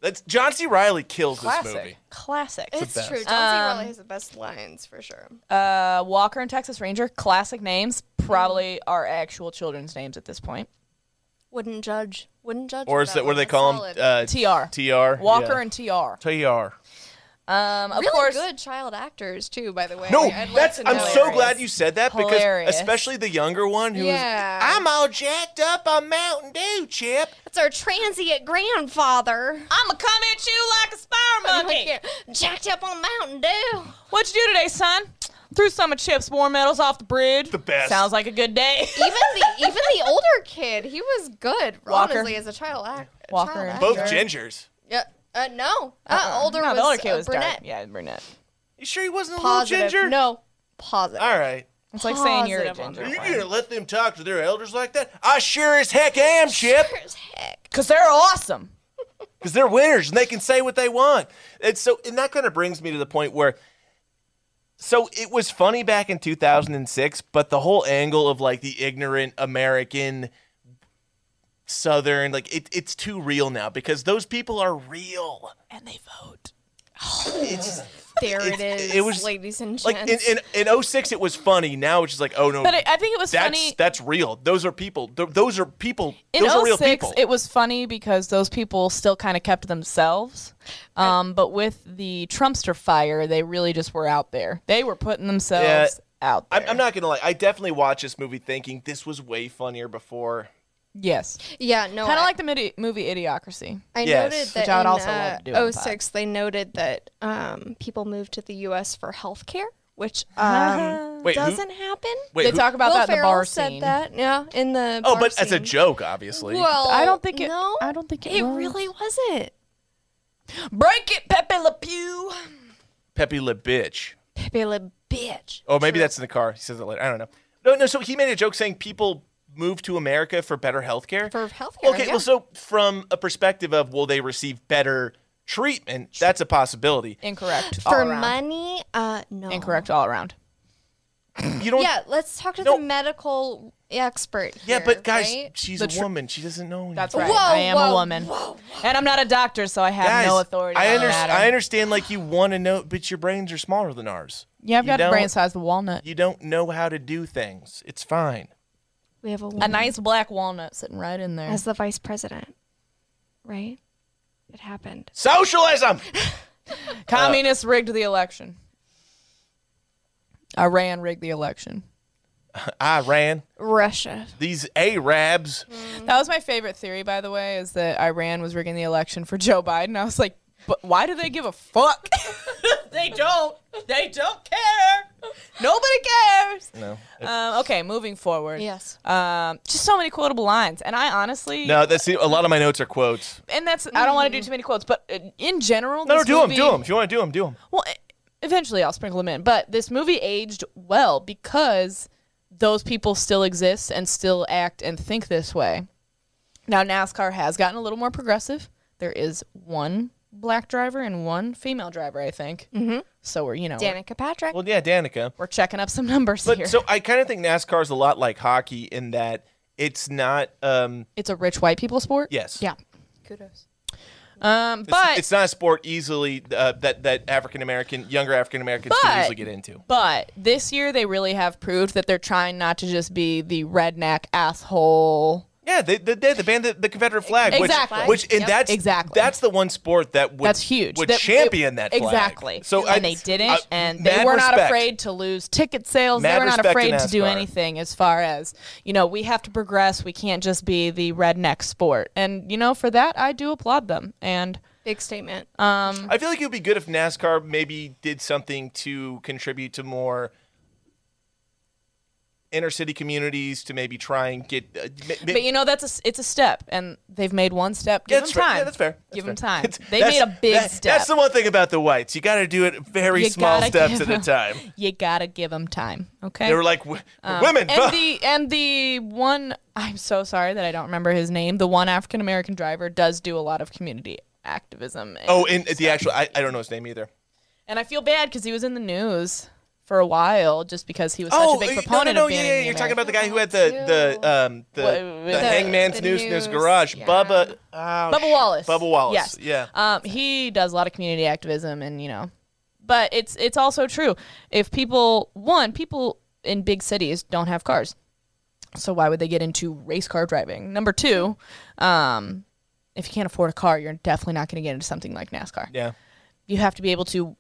That's John C. Riley kills this movie. Classic. It's best. true. Um, John C. Riley has the best lines for sure. Uh, Walker and Texas Ranger, classic names. Probably our actual children's names at this point. Wouldn't judge. Wouldn't judge. Or for is that that what do one. they That's call solid. him? Uh, TR. TR. Walker yeah. and TR. TR. Um, of really course, good child actors too, by the way. No, Like, I'd like that's. to I'm know. so glad you said that because, Hilarious. especially the younger one who was, Yeah. I'm all jacked up on Mountain Dew, Chip. That's our transient grandfather. I'ma come at you like a spider monkey. Like, yeah, Jacked up on Mountain Dew. What'd you do today, son? Threw some of Chip's war medals off the bridge. The best. Sounds like a good day. Even the even the older kid, he was good. Walker. Honestly, as a child actor. Walker Child and actor. Both Sure. gingers. Yeah. Uh, no. Uh, older Uh-uh. no, was the older kid uh, was brunette. dark. Yeah, brunette. You sure he wasn't a Positive. little ginger? No. Positive. All right. It's like saying you're a Positive on ginger. You're gonna let them talk to their elders like that? I sure as heck am, Chip. As Heck. Cause they're awesome. because they're winners and they can say what they want. And so, and that kind of brings me to the point where, so it was funny back in 2006, but the whole angle of like the ignorant American Southern, like it, it's too real now because those people are real. And they vote. There it It's- is. it was- ladies and gents. Like in, in, in 06, it was funny. Now it's just like, oh no, But it, I think it was that's funny. that's real. Those are people. Th- those are people. in those are real 06, people. it was funny because those people still kind of kept to themselves. Um, but with the Trumpster fire, they really just were out there. They were putting themselves out there. I'm, I'm not gonna lie. I definitely watched this movie thinking this was way funnier before. Yes. yeah, no. kind I- of like the midi- movie Idiocracy. I Yes. noted Which that I would in also love to do on uh, the pod. 06, they noted that um, people moved to the U.S. for healthcare, which Uh-huh. um, Wait, who- doesn't happen. Wait, Mm, they who- talk about Will that in the Ferrell bar said scene. that, yeah, in the Oh, bar but as a scene. joke, obviously. Well, I don't think it- No, I don't think it It was. really wasn't. Break it, Pepe Le Pew. Pepe Le Bitch. Pepe Le bitch. Oh, maybe that's in the car. He says it later. I don't know. No, no. So he made a joke saying people move to America for better health care. For healthcare, Okay, yeah. well, so from a perspective of will they receive better treatment? That's a possibility. Incorrect. For all around. money, uh, no. Incorrect all around. You don't. Yeah, let's talk to No. the medical expert. Yeah, here, but guys, right? she's The a tr- woman. She doesn't know. That's anything. right. Whoa, I am a whoa, woman. And I'm not a doctor, so I have Guys, no authority. I, on under- the matter. I understand. Like you want to know, but your brains are smaller than ours. Yeah, I've You got a brain don't- size of a walnut. You don't know how to do things. It's fine. we have a A woman nice black walnut sitting right in there. as the vice president, right? It happened. Socialism. Communists rigged the election. Iran rigged the election. I ran Russia. these Arabs. That was my favorite theory, by the way, is that Iran was rigging the election for Joe Biden. I was like, but why do they give a fuck? they don't. They don't care. Nobody cares. No. Um, okay, moving forward. Yes. Um, just so many quotable lines, and I honestly, No, that's see, a lot of my notes are quotes. and that's I don't want to do too many quotes, but uh, in general, No, no, this do them, movie- do them. If you want to do them, do them. Well, e- eventually I'll sprinkle them in, but this movie aged well because those people still exist and still act and think this way. Now NASCAR has gotten a little more progressive. There is one black driver and one female driver, I think. Mm-hmm. So we're you know we're, Danica Patrick. Well, yeah, Danica. we're checking up some numbers But here. so I kind of think NASCAR is a lot like hockey in that it's not. Um, it's a rich white people sport. yes. Yeah. Kudos. Um, It's, but it's not a sport easily uh, that that African American, younger African Americans But- can easily get into. But this year, they really have proved that they're trying not to just be the redneck asshole. Yeah, they they, they, they banned the, the Confederate flag, Exactly. which which and Yep. that's Exactly. that's the one sport that would, That's huge. would That- champion it- that flag. exactly. So and I- they didn't, I- and they mad were not respect. afraid to lose ticket sales. Mad they were not respect to afraid to do NASCAR. anything as far as you know. We have to progress. We can't just be the redneck sport. And you know, for that, I do applaud them. And Big statement. um, I feel like it would be good if NASCAR maybe did something to contribute to more inner city communities to maybe try and get. Uh, ma- ma- but you know, that's a s- it's a step, and they've made one step. Give Yeah, them that's fair. time. Yeah, that's fair. That's give fair. them time. It's- they that's- made a big that- step. That's the one thing about the whites. You got to do it very You small gotta steps give at a them- time. you gotta give them time. Okay. They were like, "W- women, and fuck." the and the one I'm so sorry that I don't remember his name. The one African American driver does do a lot of community activism. And, oh, and the actual, I, I don't know his name either. and I feel bad because he was in the news for a while just because he was such oh, a big uh, proponent no, no, no, of yeah, banning yeah, the You're talking American- about the guy who had the the um the, Well, the the- hangman's the noose in his news, garage. yeah. Bubba, oh, Bubba Wallace. Bubba Wallace. Yes. Yeah. Um, he does a lot of community activism, and you know, but it's it's also true. If people one people in big cities don't have cars, so why would they get into race car driving? Number two, um, if you can't afford a car, you're definitely not going to get into something like NASCAR. yeah. you have to be able to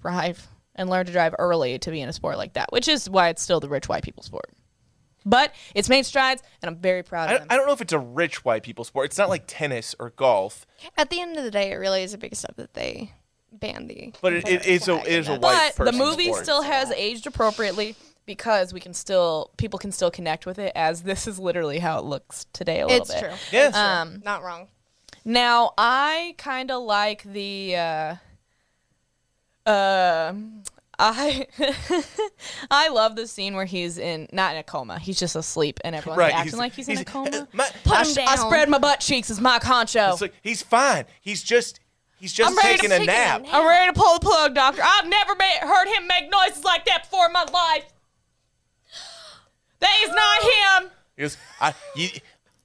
drive and learn to drive early to be in a sport like that, which is why it's still the rich white people sport. But it's made strides, and I'm very proud I of don't, them. I don't know if it's a rich white people sport. It's not like tennis or golf, At the end of the day, it really is a big step that they ban the. but it, it is a flag it is a in that. white but the person movie sport. still has aged appropriately because we can still people can still connect with it as this is literally how it looks today a little It's bit. true. Yeah. Um, Not wrong. Now I kind of like the. Uh, uh, I I love the scene where he's in not in a coma. He's just asleep, and everyone's right, acting like he's, in a coma. my- I, him sh- I down. spread my butt cheeks as my concho. it's like, he's fine. He's just he's just I'm ready to taking a take a nap. I'm ready to pull the plug, Doctor. I've never ma- heard him make noises like that before in my life. That is not him. He goes, I, you,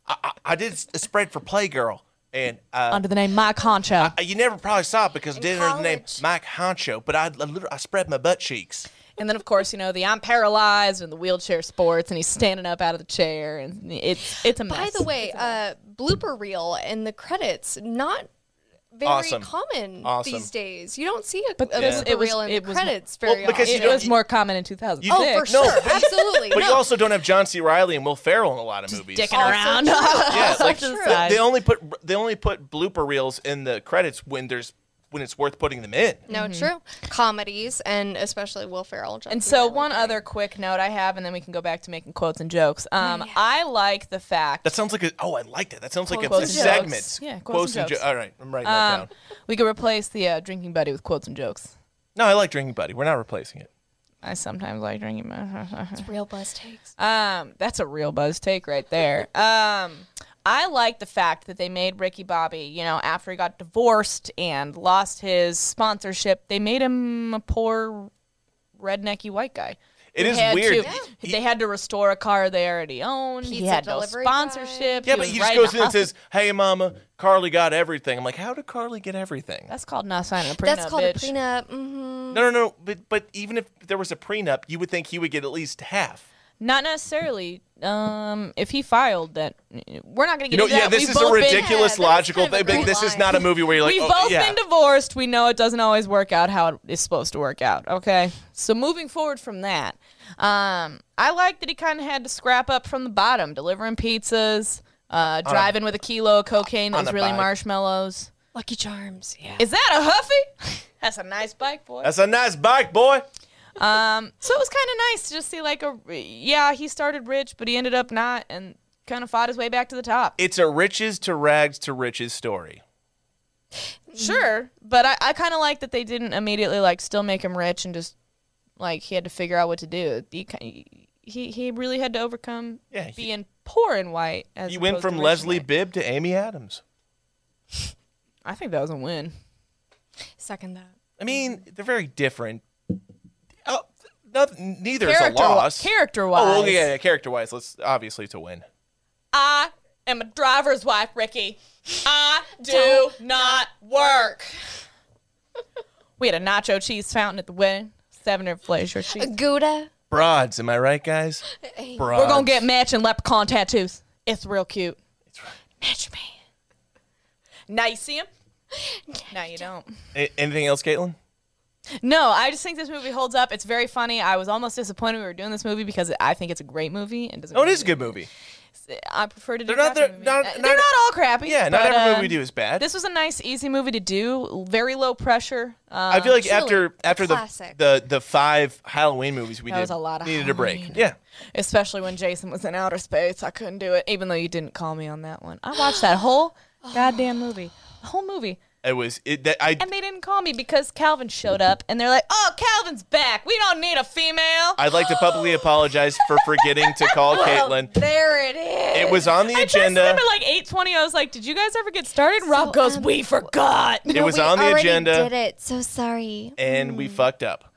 I, I- I did a spread for Playgirl, and uh, Under the name My Concho. you never probably saw it because it didn't have the name college. Mike Honcho, but I, I, literally, I spread my butt cheeks. And then, of course, you know the I'm paralyzed and the wheelchair sports, and he's standing up out of the chair, and it's it's a By mess. the way, uh, blooper reel in the credits not very Awesome. common Awesome. these days. You don't see a, a this- blooper it was- reel in it the was- credits Well, very because often. you it don't- was more common in 2000. You- Oh, for No, sure, but you- absolutely. But no. you also don't have John C. Riley and Will Ferrell in a lot of movies. dicking Also around. true. Yeah, like to the they- side. they only put they only put blooper reels in the credits when there's when it's worth putting them in. no true comedies and especially Will Ferrell. John Mm-hmm. And C. so, Reilly. one other quick note I have, and then we can go back to making quotes and jokes. Um, I like the fact That sounds like a oh I like that. That sounds like a, Quotes a and segment. jokes. Yeah, quotes and jo- jokes. All right, I'm writing that um, down. we could replace the uh, drinking buddy with quotes and jokes. No, I like Drinking Buddy. We're not replacing it. I sometimes like drinking. buddy. real buzz takes. um, that's a real buzz take right there. Um, I like the fact that they made Ricky Bobby. You know, after he got divorced and lost his sponsorship, they made him a poor rednecky white guy. It They is had weird. to- He- they had to restore a car they already owned. he Pizza had no delivery sponsorship. Yeah, but was he just riding goes a in and hus- says, "Hey, Mama, Carly got everything." I'm like, "How did Carly get everything?" That's called not signing a prenup. That's called bitch. a prenup. hmm Um, No, no, no. But but even if there was a prenup, you would think he would get at least half. Not necessarily. Um, if he filed that, we're not going to get You know, into yeah. that. This We've is a both been- ridiculous Yeah, that's logical kind of thing. a but great This is line. not a movie where you're like, We've oh, both yeah. been divorced. We know it doesn't always work out how it's supposed to work out. Okay, so moving forward from that, um, I like that he kind of had to scrap up from the bottom, delivering pizzas, uh, driving with a kilo of cocaine that on was a really bike. marshmallows. Lucky Charms. Yeah. Is that a huffy? That's a nice bike, boy. That's a nice bike, boy. Um, so it was kind of nice to just see like a yeah, he started rich, but he ended up not, and kind of fought his way back to the top. It's a riches to rags to riches story. Sure, but I, I kind of like that they didn't immediately like still make him rich and just like he had to figure out what to do. He ki- he, he really had to overcome Yeah, he- being poor and white. As You went opposed to from rich and Leslie white. Bibb to Amy Adams. I think that was a win. Second that. I mean, they're very different. Oh, nothing, neither is a Character- loss. character-wise. Oh, well, yeah, yeah, character-wise. Let's obviously it's a win. I am a driver's wife, Ricky. I do not work. we had a nacho cheese fountain at the wedding. Seven or Fleischer cheese. Gouda. Broads, am I right, guys? Broads. We're gonna get matching leprechaun tattoos. It's real cute. Match me. Now you see him. Now you don't. A- anything else, Caitlin? No, I just think this movie holds up. It's very funny. I was almost disappointed we were doing this movie because I think it's a great movie and doesn't. No, it is a good movie. I prefer to. Do They're not- crappy they're movies. not- Uh, not- they're not all crappy. Yeah, not but, every movie um, we do is bad. This was a nice, easy movie to do. Very low pressure. Uh, I feel like after truly, after the, classic. the the five Halloween movies we That did, was a lot of needed a break. Halloween. Yeah, especially when Jason was in outer space, I couldn't do it. Even though you didn't call me on that one, I watched that whole goddamn movie, the whole movie. it was it that I And they didn't call me because Calvin showed up and they're like, oh, Calvin's back. We don't need a female. I'd like to publicly apologize for forgetting to call Oh, Caitlin. There it is. It was on the I texted him agenda. at like 8.20. I was like, did you guys ever get started? And Rob goes, um, we forgot. It was on the agenda, Did it? So sorry. and we fucked up.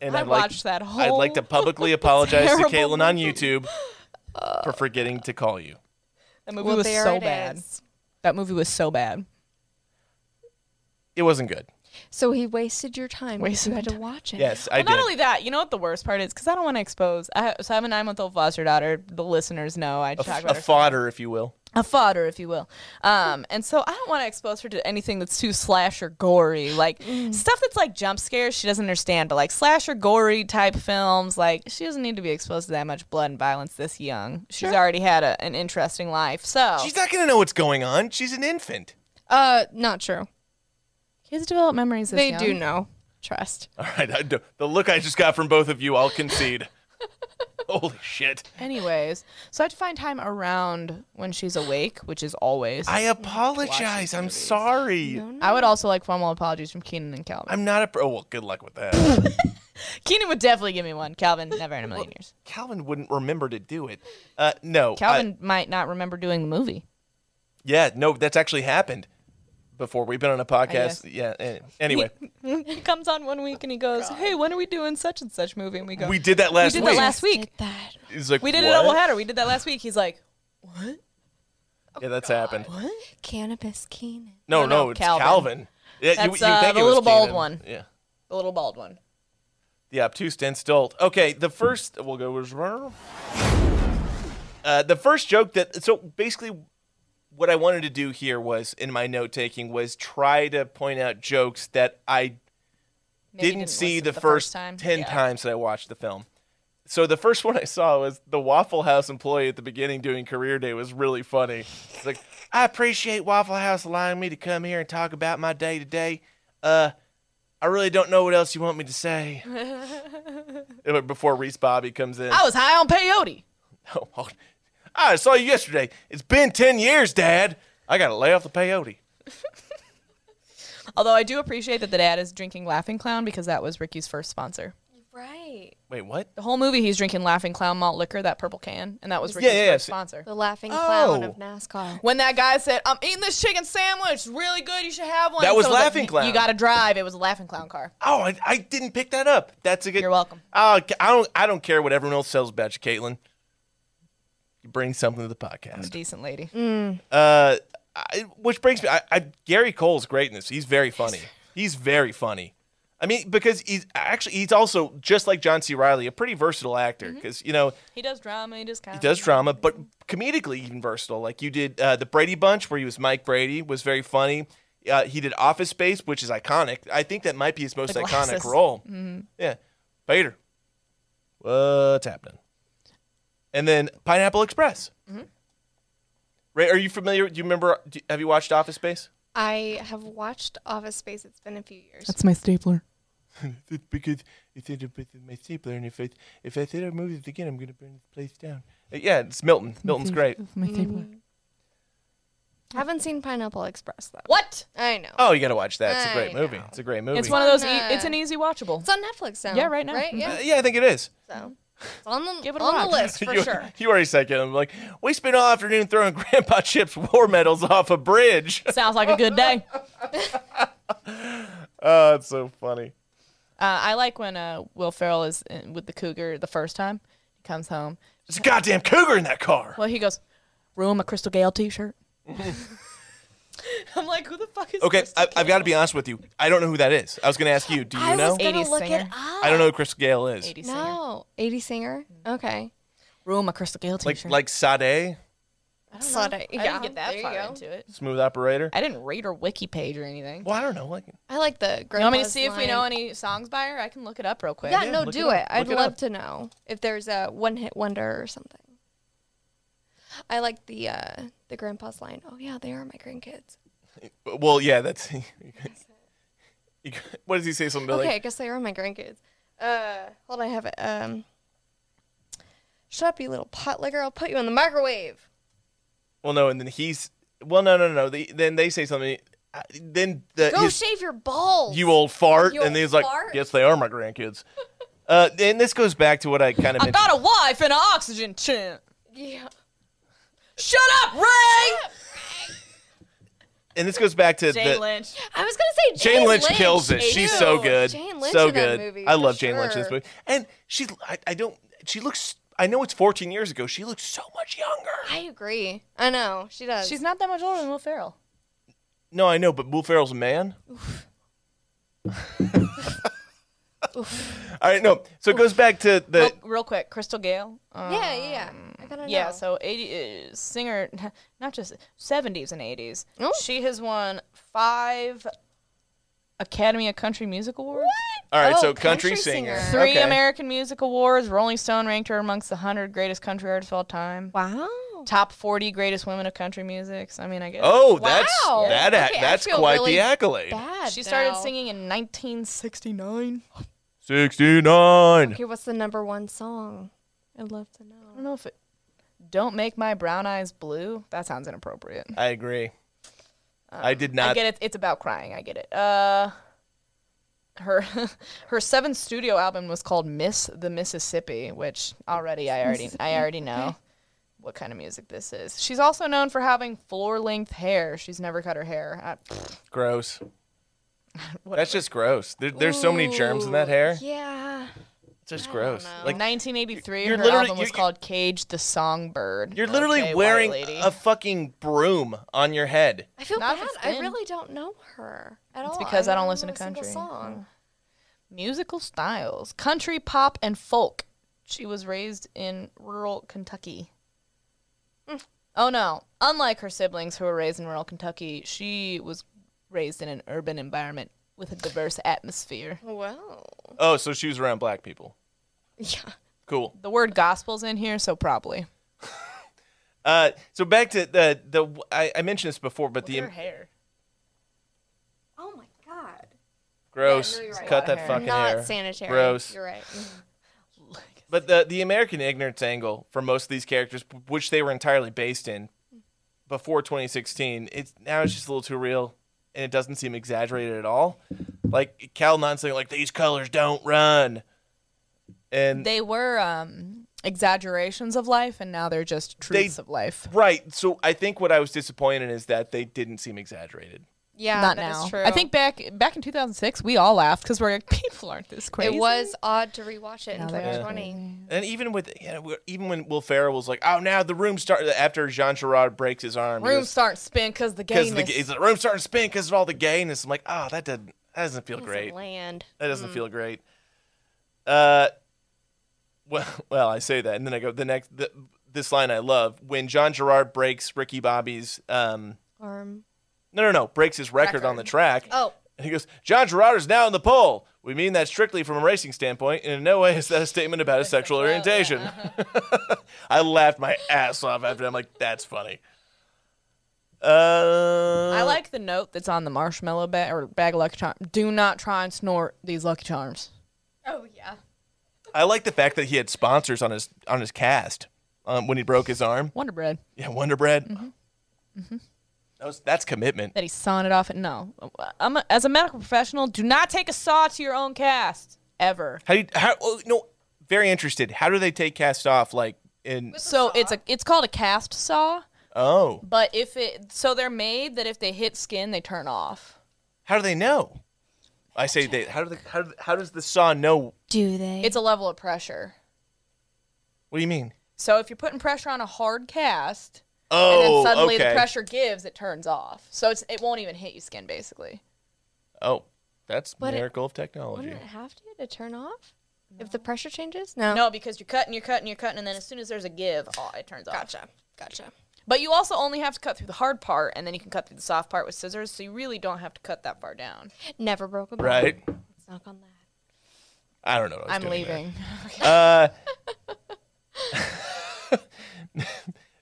And Mm. I I'd like- watched that I'd like to publicly apologize to terrible Uh, Caitlin on YouTube for forgetting to call you. That movie Well, was there so it bad. is. That movie was so bad. It wasn't good. So he wasted your time. because Wasted you my had to time. watch it. Yes, I Well, did. not only that, you know what the worst part is? Because I don't want to expose. I, ha- so I have a nine-month-old foster daughter. The listeners know I a, talk f- about a her. fodder, if you will. a fodder, if you will. Um, and so I don't want to expose her to anything that's too slasher gory, like stuff that's like jump scares. She doesn't understand, but like slasher gory type films, like she doesn't need to be exposed to that much blood and violence this young. She's already had a, an interesting life, so She's not gonna know what's going on. She's an infant. Uh, not true. kids develop memories. This They young. do know. Trust. All right, I do- the look I just got from both of you, I'll concede. Holy shit! Anyways, so I have to find time around when she's awake, which is always. I apologize. I'm sorry. I would also like formal apologies from Keenan and Calvin. I'm not a pro. Well, good luck with that. Keenan would definitely give me one. Calvin, never in a million years. Calvin wouldn't remember to do it. Uh, no, I- Calvin might not remember doing the movie. yeah, no, that's actually happened before. We've been on a guess. podcast. Yeah. an- Anyway, He comes on one week and he goes, "Hey, when are we doing such and such movie?" And we go, we did that last did that week. last week. That. He's like, We did what? a double header. We did that last week." He's like, Yeah, that's happened. Cannabis Keenan. No, No, no, no, it's Calvin. Calvin. Yeah, you- That's, you uh, think the it was little bald Keenan. one. Yeah. "The little bald one." The obtuse dense dolt. Okay, the first we'll go with uh, the first joke that so basically what I wanted to do here was in my note taking was try to point out jokes that I Maybe didn't, see listen the, to first, time. ten Yeah. times that I watched the film. So the first one I saw was the Waffle House employee at the beginning doing career day was really funny. It's like I appreciate Waffle House allowing me to come here and talk about my day to day. Uh, I really don't know what else you want me to say. It was Before Reese Bobby comes in, I was high on peyote. Oh, well, I saw you yesterday. It's been ten years, Dad. I gotta lay off the peyote. Although I do appreciate that the dad is drinking Laughing Clown because that was Ricky's first sponsor. Right. Wait, what? The whole movie he's drinking Laughing Clown malt liquor, that purple can, and that was Ricky's yeah, yeah, first so- sponsor. The laughing clown Oh. of NASCAR. When that guy said, "I'm eating this chicken sandwich, it's really good. You should have one." That And was so I like, Laughing "You- Clown." You got to drive. It was a Laughing Clown car. Oh, I, I didn't pick that up. That's a good. You're welcome. Oh, c- I don't. I don't care what everyone else says about you, Caitlin. You bring something to the podcast. Decent lady. Uh, I, which brings me. I, I Gary Cole's greatness. He's very funny. He's very funny. I mean, because he's actually he's also just like John C. Riley, a pretty versatile actor. Mm-hmm. Because you know He does drama. He does comedy. he does drama, but comedically even versatile. Like you did uh, the Brady Bunch, where he was Mike Brady, was very funny. Uh, he did Office Space, which is iconic. I think that might be his most The iconic glasses. role. Mm-hmm. Yeah, Bader, what's happening? And then Pineapple Express. Ray, are you familiar? Do you remember? Do, have you watched Office Space? I have watched Office Space. It's been a few years. That's my stapler. Because it's in my stapler, and if I if I say that movie again, I'm gonna burn this place down. Uh, Yeah, it's Milton. Milton's great. My stapler. I haven't seen Pineapple Express though. What? I know. Oh, you gotta watch that. It's a I great movie. know. It's a great movie. It's one of those. E- it's an easy watchable. It's on Netflix now. Yeah, right now. Right? Mhm. Yeah. Uh, yeah, I think it is. So it's on the, Give it a on the watch. list for you, sure. You already said it. I'm like, we spent all afternoon throwing Grandpa Chip's war medals off a bridge. Sounds like a good day. Uh, Oh, it's so funny. I like when uh, Will Ferrell is in, with the cougar the first time. He comes home. There's a goddamn cougar in that car. Well, he goes, "Ruin my Crystal Gale T-shirt." I'm like, who the fuck is? Okay, Crystal I, I've got to be honest with you. I don't know who that is. I was going to ask you. Do you I know? was gonna 80s look singer. it up. I don't know who Chris Gale is. Gale? 80s singer. No. 80 singer? Okay. Ruin my Crystal Gale Like T-shirt. like Sade, Saw that. I Yeah, didn't get that there far you go. into it. Smooth Operator. I didn't read her wiki page or anything. Well, I don't know. Like, I like the You grandpa's want me to see if we line. know any songs by her? I can look it up real quick. Yeah, no, look do it it. up. I'd Look it love up. to know if there's a one hit wonder or something. I like the uh the grandpa's line. Oh yeah, they are my grandkids. well, yeah, that's. You- what does he say? Something okay, I like, guess they are my grandkids. Uh hold on, I have it. Um Shut up, you little pot licker, I'll put you in the microwave. well, no, and then he's, well, no, no, no, no. The, then they say something. I- Then the Go his- shave your balls. Uh, you old fart. You and old he's like, fart? yes, they are my grandkids. uh, and this goes back to what I kind of I mentioned. got a wife and an oxygen chant. Yeah. Shut up, Ray. and this goes back to Jay the. Lynch. I was gonna say Jane, Lynch, kills it. Jane She's Lynch. so good. Jane Lynch so in that good. movie, I for love Jane Lynch in this sure. movie. And she's, I, I don't, she looks, I know it's 14 years ago. She looks so much younger. I agree. I know, she does. She's not that much older than Will Ferrell. No, I know, but Will Ferrell's a man. All right, no. So it goes back to real, the Oh. Oh, real quick, Crystal Gale. Um, Yeah, yeah, yeah. I gotta know. Yeah, so 80 uh, singer, not just 70s and 80s. Oh. She has won five Academy of Country Music Awards, All right, Oh, so country, country singer. singer. three Okay. American Music Awards. Rolling Stone ranked her amongst the 100 greatest country artists of all time. wow. Top 40 greatest women of country music. So, I mean, I guess. Oh, that's Wow. that ac- Okay, I that's feel quite really the accolade. Bad. She started now. singing in 1969. I 69. Okay, what's the number one song? I'd love to know. don't know if it. Don't make my brown eyes blue. That sounds inappropriate. I agree. I did I not get it. It's about crying. I get it. Uh, her her seventh studio album was called Miss the Mississippi, which already I already I already know what kind of music this is. She's also known for having floor length hair. She's never cut her hair. I, gross. That's just gross. There, there's so many germs in that hair. Yeah. It's just gross. Like 1983, You're her literally- album was you're- called Cage the Songbird. you're literally Okay, white wearing lady. a fucking broom on your head. I feel Not if bad. it's I thin. really don't know her at all. because I don't know listen to a single country. Song. musical styles: country, pop, and folk. She was raised in rural Kentucky. Oh no! Unlike her siblings who were raised in rural Kentucky, she was raised in an urban environment with a diverse atmosphere. Well, Oh, so she was around black people. yeah. Cool. The word gospel's in here, so probably. Uh, so back to the the I, I mentioned this before, but the hair. Oh my god. gross. Yeah, no, you're right. Cut that Hair. fucking Not hair. sanitary. Gross. You're right. Mm-hmm. But the the American ignorance angle for most of these characters, which they were entirely based in before 2016, it's now it's just a little too real, and it doesn't seem exaggerated at all. Like Cal not saying like these colors don't run, and They were um, exaggerations of life, and now they're just truths of life. right. So I think what I was disappointed in is that they didn't seem exaggerated. Yeah, Not that is now. true. I think back back in 2006, we all laughed because we're like, people aren't this it crazy. was odd to rewatch it in they are 2020. And even with you know, even when Will Ferrell was like, "Oh, now the room start after Jean Girard breaks his arm, he room goes, starts spin because the because gayness. the he's like, room starting to spin because of all the gayness. I'm like, oh, that doesn't that doesn't feel great. Land. That doesn't feel great. Uh, well, well, I say that, and then I go the next the, this line I love when John Gerard breaks Ricky Bobby's um Arm. no no no breaks his record, on the track. Oh. And he goes, John Gerard is now in the pole. We mean that strictly from a racing standpoint, and in no way is that a statement about his sexual orientation. uh-huh. I laughed my ass off after. that. I'm like, that's funny. Uh, I like the note that's on the marshmallow bag or bag of Lucky Charms. Do not try and snort these Lucky Charms. Oh yeah. I like the fact that he had sponsors on his on his cast um, when he broke his arm. Wonder Bread. Yeah, Wonder Bread. Mm-hmm. That was, that's commitment. That he's sawing it off. At, no, I'm a, as a medical professional, do not take a saw to your own cast ever. How do you, how, oh, no, very interested. How do they take cast off? Like in, So it's a it's called a cast saw, oh, but if it so they're made that if they hit skin they turn off. how do they know? I say they, how do they, how, do- how does the saw know? Do they? It's a level of pressure. What do you mean? So if you're putting pressure on a hard cast and Oh, then suddenly okay. the pressure gives, it turns off. So it's it won't even hit you skin basically. Oh, that's But it- miracle of technology. Wouldn't it have to to turn off if the pressure changes? No. No, because you're cutting, you're cutting, you're cutting, and then as soon as there's a give, oh, it turns off. Gotcha. Gotcha. But you also only have to cut through the hard part, and then you can cut through the soft part with scissors. So you really don't have to cut that far down. Never broke a bone. Right. Let's knock on that. I don't know. What I was I'm doing there. leaving. Uh,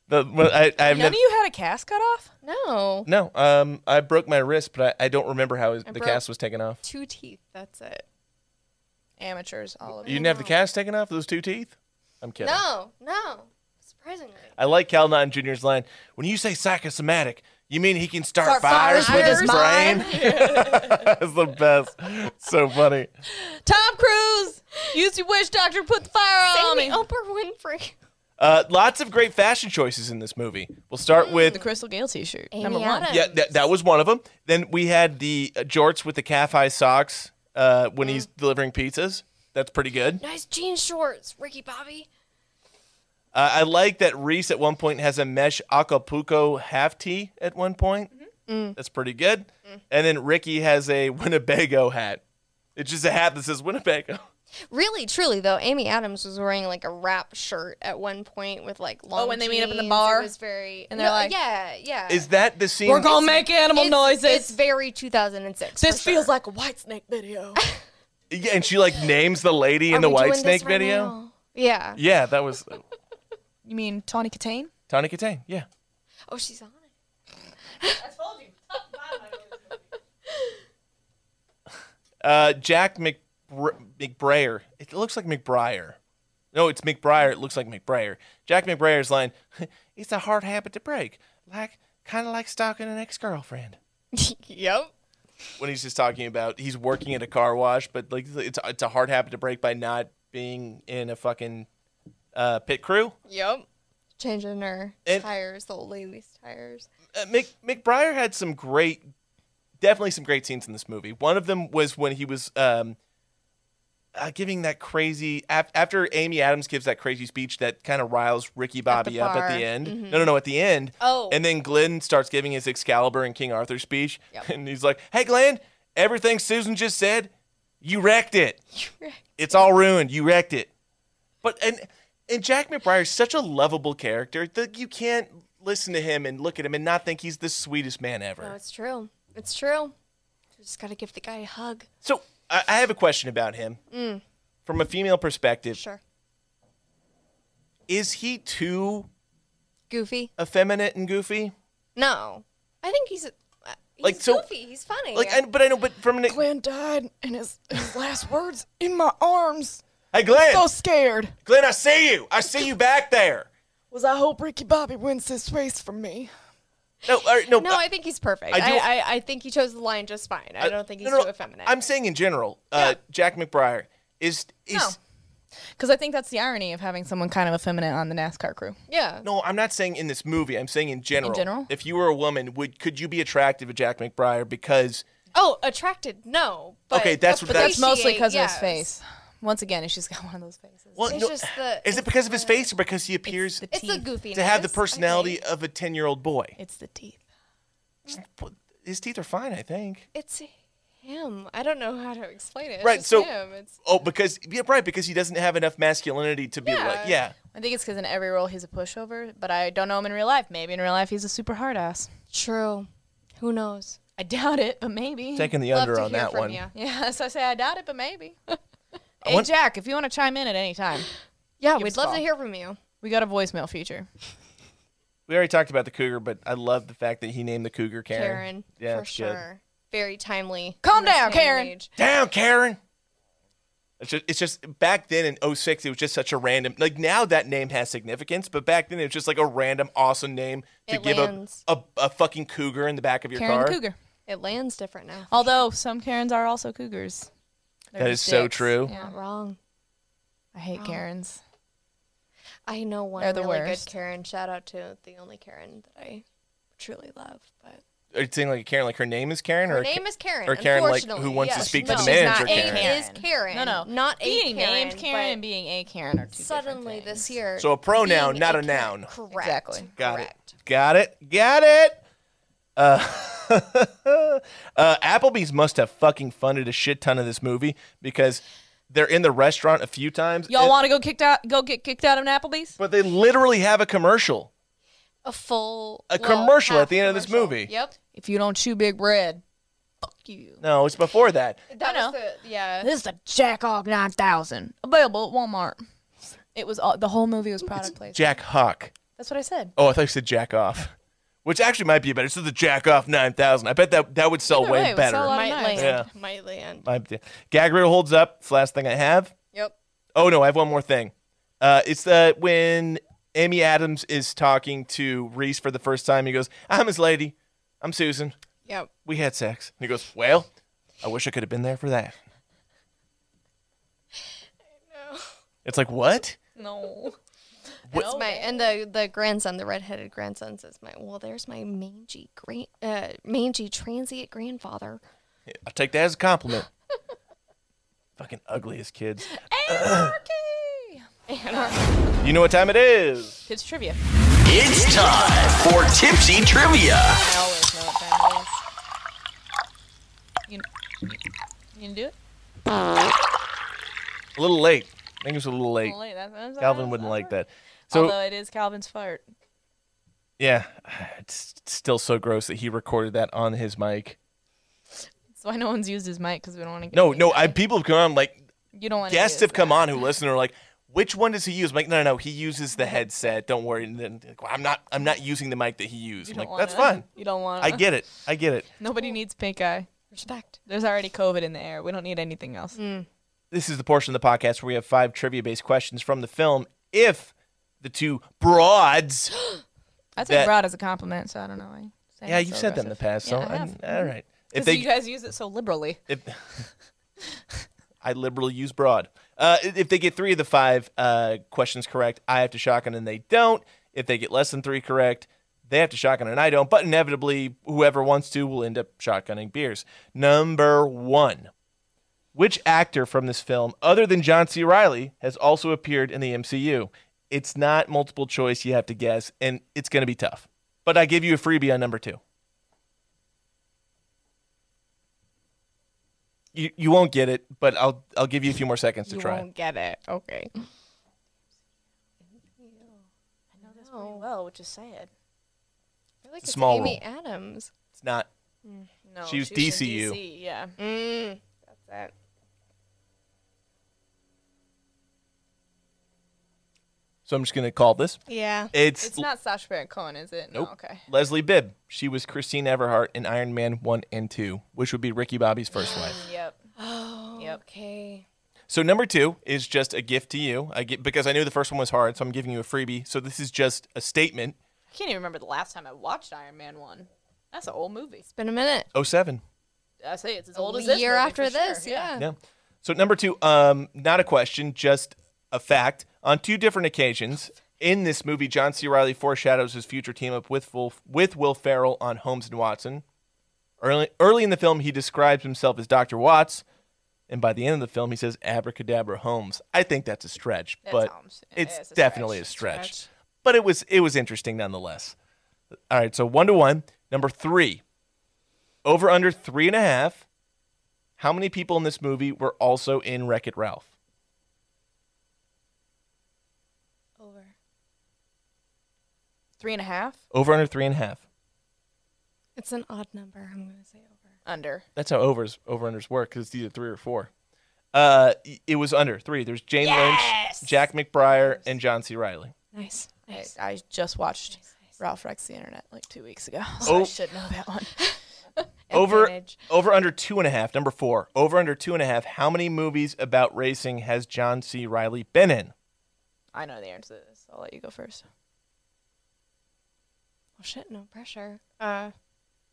the well, I, I've None never. of you had a cast cut off. No. No, um, I broke my wrist, but I, I don't remember how the broke- cast was taken off. Two teeth. That's it. Amateurs, all of You you. didn't have the cast taken off those two teeth? I'm kidding. No. No. Surprisingly. I like Cal Nine Jr.'s line. When you say psychosomatic, you mean he can start, Start fires, fires with his with his brain? That's the best. So funny. Tom Cruise, use your wish doctor to put the fire on me. Amy Oprah Winfrey. Uh, lots of great fashion choices in this movie. We'll start The with Crystal Gale T-shirt, Amy number one. Adams. yeah, that, that was one of them. Then we had the uh, jorts with the calf high socks uh, when he's delivering pizzas. That's pretty good. Nice jean shorts. Ricky Bobby. Uh, I like that Reese at one point has a mesh Acapulco half tee at Mm. one point. That's pretty good. And then Ricky has a Winnebago hat. It's just a hat that says Winnebago. Really, truly though, Amy Adams was wearing like a wrap shirt at one point with like long. Oh, when they meet up in the jeans. bar? it was very. And they're like- yeah, yeah. Is that the scene? We're gonna make animal it's, noises. It's very 2006. this for feels sure. like a white snake video. Yeah, and she like names the lady in Are the we White doing this Snake right video. now? Yeah. Yeah, that was you mean Tawny Katane? Tawny Katane. Yeah. Oh, she's on it. Uh, Jack McBr- McBrayer. It looks like McBriar. No, it's McBriar. It looks like McBrayer. Jack McBrayer's line. It's a hard habit to break. Like kind of like stalking an ex-girlfriend. yep. When he's just talking about he's working at a car wash, but like it's it's a hard habit to break by not being in a fucking uh, pit crew. Yep. Changing her And- tires, the old lady's tires. uh, Mc, McBriar had some great, definitely some great scenes in this movie. One of them was when he was um, uh, giving that crazy af- after Amy Adams gives that crazy speech that kind of riles Ricky Bobby up at bar. Mm-hmm. the end. No, no, no, at the end. Oh. and then Glenn starts giving his Excalibur and King Arthur speech, and he's like, "Hey, Glenn, everything Susan just said, you wrecked it. It's all ruined. You wrecked it." But and and Jack McBriar is such a lovable character that you can't listen to him and look at him and not think he's the sweetest man ever. No, it's true. It's true. You just gotta give the guy a hug. so I, I have a question about him from a female perspective. Mm. Sure. Is he too Goofy. effeminate and goofy? No, I think he's. uh, He's Like, so- goofy. He's funny. Like, I, but I know, but from an Glenn died, and his, his last words in my arms. hey Glenn, So scared. Glenn, I see you. I see you back there. Was I hope Ricky Bobby wins this race for me? No, all right, no, no, I think he's perfect. I I, do- I, I, think he chose the line just fine. I, don't think he's no, no, too effeminate. I'm saying in general, uh, Jack McBriar is is. No. Because I think that's the irony of having someone kind of effeminate on the NASCAR crew. yeah. No, I'm not saying in this movie. I'm saying in general. general? if you were a woman, would could you be attractive to Jack McBriar? Because Oh, attracted? No. But Okay, that's what- what. But that's mostly Appreciate, because of his yes. face. Once again, it's just got one of those faces. well, It's no, just the- is it it's because of his face or because he appears the It's the teeth. goofiness. to have the I personality think. of a ten year old boy? It's the teeth. His teeth are fine, I think. It's him. I don't know how to explain it. It's Right, just so- him. It's, Oh, because yeah, right, because he doesn't have enough masculinity to be like, yeah. I think it's because in every role he's a pushover, but I don't know him in real life. Maybe in real life he's a super hard ass. True. Who knows? I doubt it, but maybe. Taking the Love under to on hear that from one. ya. yeah, so I say I doubt it, but maybe. hey, want- Jack, if you want to chime in at any time, Yeah, Give us we'd a love to call. hear from you. we got a voicemail feature. We already talked about the cougar, but I love the fact that he named the cougar Karen. Karen, yeah, for it's good. sure. Very timely. Calm in this down, day and Karen. age. Down, Karen. It's just, it's just back then in 06, it was just such a random. Like now that name has significance, but back then it was just like a random awesome name to It give a, lands. a a fucking cougar in the back of your Karen car. the Cougar. It lands different now. Although some Karens are also Cougars. They're That is just so dicks. true. Yeah. Not wrong. I hate Karens. I know one They're the really worst. good Karen. Shout out to the only Karen that I truly love. But Are you saying like a Karen, like her name is Karen, her or name is Karen. or Karen, like, who unfortunately. wants to Yes, speak to no. the manager She's not Karen. A is Karen. No, no, not a being Karen. named Karen and but being a Karen are two different suddenly things. this year. So a pronoun, being not a a Karen. noun. Correct. Exactly. Got Correct. it. Got it. Got it. Uh, uh, Applebee's must have fucking funded a shit ton of this movie because they're in the restaurant a few times. Y'all and- want to go kicked out? Go get kicked out of an Applebee's? but they literally have a commercial. A full A well, commercial at half the end of this commercial. movie. Yep. If you don't chew big bread, fuck you. No, it's before that. That know. was the yeah. This is the Jack Hawk 9000 available at Walmart. It was all, the whole movie was product placement. Jack Hawk. That's what I said. Oh, I thought you said Jack Off, which actually might be better. It's the Jack Off 9000. I bet that that would sell Either way, way, it would better. sell a lot Might land. Yeah. Might land. My- Gag reel holds up. It's the last thing I have. Yep. Oh no, I have one more thing. Uh, it's the when Amy Adams is talking to Reese for the first time. He goes, "I'm his lady. I'm Susan. Yep. We had sex." And he goes, "Well, I wish I could have been there for that." It's like what? No. That's my and the the grandson, the redheaded grandson says my well, there's my mangy gran, uh, mangy transient grandfather. I'll take that as a compliment. Fucking ugliest kids. Anarchy! You know what time it is? It's trivia. It's time for Tipsy Trivia. I always know what time it is. You, you, you gonna do it? A little late. I think it was a little late. Calvin wouldn't like that. So Although it is Calvin's fart. yeah, it's still so gross that he recorded that on his mic. That's why no one's used his mic because we don't want to get. No, any- no, I people have come on like You don't want guests have come on who listen and are like, which one does he use? I'm like, no, no, no, he uses the headset. Don't worry. And then like, I'm not, I'm not using the mic that he used. I'm like, that's fine. You don't want. I get it. I get it. Nobody needs pink eye. Respect. There's already COVID in the air. We don't need anything else. This is the portion of the podcast where we have five trivia-based questions from the film. If the two broads, I That- take broad as a compliment, so I don't know. why say yeah, it's you've so said that in the aggressive. past. so Yeah, I have. I- all right. If 'Cause they, you guys use it so liberally. if I liberally use broad. Uh, i- if they get three of the five uh, questions correct, I have to shotgun and they don't. If they get less than three correct, they have to shotgun and I don't. But inevitably, whoever wants to will end up shotgunning beers. Number one. Which actor from this film, other than John C. Riley, has also appeared in the MCU? It's not multiple choice. You have to guess, and it's going to be tough. But I give you a freebie on number two. You, you won't get it, but I'll I'll give you a few more seconds to you try. won't get it. Okay. Well, which is sad. I feel like It's a small Amy Adams. It's not. No, She was she's from DCU. DC, yeah. Mm, that's that. So I'm just going to call this. Yeah. It's, It's not Sacha Baron Cohen, is it? nope. No, okay. Leslie Bibb. She was Christine Everhart in Iron Man one and two, which would be Ricky Bobby's first wife. Yep. Oh. Yep. Okay. So number two is just a gift to you. I get because I knew the first one was hard, so I'm giving you a freebie. So this is just a statement. I can't even remember the last time I watched Iron Man 1. That's an old movie. Been a minute. Oh seven. I say it's as old as A this. year movie after for sure, this. Yeah. Yeah. So number two, um, not a question, just a fact. On two different occasions in this movie, John C. Riley foreshadows his future team up with Will, with Will Ferrell on Holmes and Watson. Early early in the film, he describes himself as Doctor Watts, and by the end of the film, he says "Abracadabra Holmes." I think that's a stretch, That's but Holmes. Yeah, it's, it's a definitely stretch. a stretch. But it was it was interesting nonetheless. All right, so one to one. Number three, over under three and a half. How many people in this movie were also in Wreck It Ralph? Over. Three and a half? Over under three and a half. It's an odd number. I'm gonna say over. Under. That's how overs over unders work because it's either three or four. Uh, y- it was under three. There's Jane Lynch, Jack McBriar, and John C. Riley. Nice. I, Nice. I just watched Ralph Rex the Internet like two weeks ago, so Oh. I should know that one. Over Advantage. over under two and a half. Number four. Over under two and a half. How many movies about racing has John C. Riley been in? I know the answer to this. I'll let you go first. Well, shit. No pressure. Uh,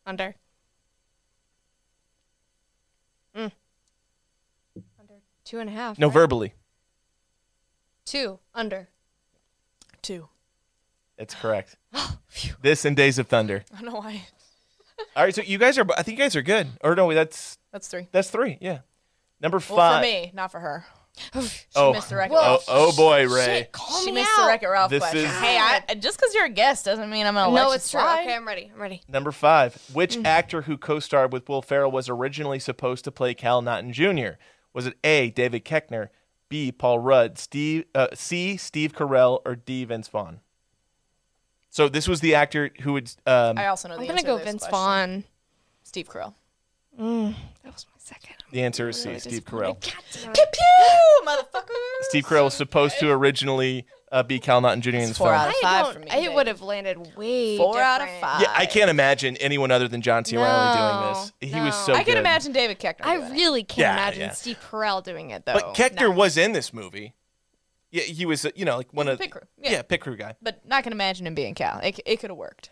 under. Mm. Under two and a half. No, right? verbally. Two under. Two. That's correct. this and Days of Thunder. I don't know why. All right, so you guys are. I think you guys are good. Or no, that's That's three. that's three. Yeah. Number five. Well, for me, not for her. oh. missed the Wreck-It oh, Ralph. oh boy, Ray. she missed the Wreck-It Ralph This question. is- Hey, I, just because you're a guest doesn't mean I'm gonna let No, you it's true. slide. Okay, I'm ready. I'm ready. Number five. Which Mm. actor who co-starred with Will Ferrell was originally supposed to play Cal Naughton Jr. Was it A. David Keckner, B. Paul Rudd, Steve, uh, C. Steve Carell, or D. Vince Vaughn? So this was the actor who would. Um, I also know the I'm gonna answer go to this Vince question. Vaughn. Steve Carell. That was my second. the answer is C. Steve Carell. Pew pew, motherfucker. Steve Carell was supposed to originally uh, be Cal Naughton Jr. in this four film. out of I five don't- for me. It would have landed way Four out of different. five. Yeah, I can't imagine anyone other than John C. Riley doing this. He was no. so. I can good. imagine David Keckner. I doing it. really can't Yeah, imagine yeah. Steve Carell doing it though. But Keckner was in this movie. Yeah, he was. uh, You know, like one of Pit crew, Yeah, yeah. pit crew guy. but not gonna imagine him being Cal. It, it could have worked.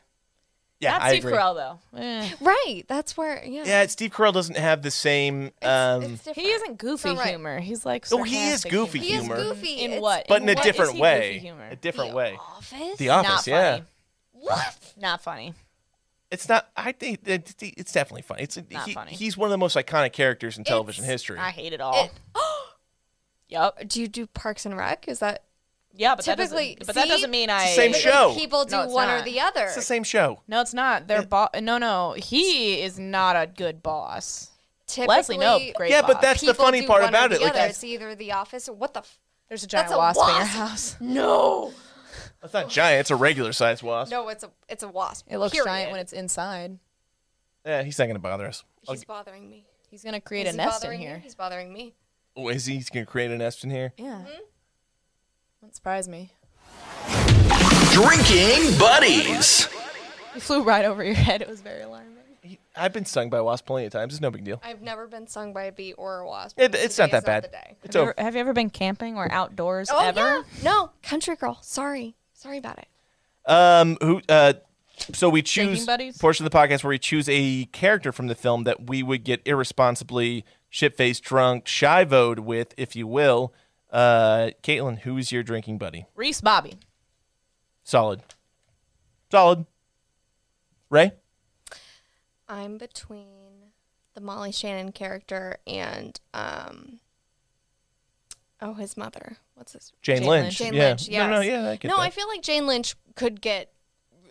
Yeah, not I Steve agree. Carell though. Eh. right, that's where yeah. Yeah, Steve Carell doesn't have the same. Um, it's different. He isn't goofy Not right. humor. He's like Oh, he is sarcastic goofy He is humor. goofy In It's what? but in a what is different he way. Goofy humor? A different The way. Office. The Not Office, yeah. funny. what? Not funny. It's not. I think that it's- it's definitely funny. It's Not he- funny. He's one of the most iconic characters in television It's- history. I hate it all. It- yep. Do you do Parks and Rec? Is that Yeah, but typically? that doesn't, but that see? doesn't mean I. the same Typically show. People do No, it's one or not. the other. it's the same show. No, it's not. They're bo- No, no. He is not a good boss. Leslie Nope, Typically, great. Yeah, but boss. that's the people funny do part one or about the it. Like, other. that's- it's either the office. What the? F- there's a giant That's a wasp, in your wasp. house. no. it's not giant. It's a regular sized wasp. No, it's a it's a wasp. It looks period. giant when it's inside. Yeah, he's not gonna bother us. Oh, He's bothering me. He's gonna create a Is he nest in bothering you? here. He's bothering me. Oh, is he? He's gonna create a nest in here. Yeah. Wouldn't surprise me. Drinking buddies. You flew right over your head. It was very alarming. He- I've been stung by a wasp plenty of times. It's no big deal. I've never been stung by a bee or a wasp. It- it's not Today that is bad. the day. It's Have you, over. ever, have you ever been camping or outdoors Oh ever? yeah. No, country girl. Sorry. Sorry about it. Um, who? Uh, so we choose Drinking buddies? portion of the podcast where we choose a character from the film that we would get irresponsibly shit faced, drunk, shivoed with, if you will. Uh, Caitlin, who's your drinking buddy? Reese Bobby. Solid, solid. Ray, I'm between the Molly Shannon character and um oh his mother. What's his Jane, Jane Lynch. Lynch. Jane yeah. Lynch, No, no, yes. yeah. I get No, that. I feel like Jane Lynch could get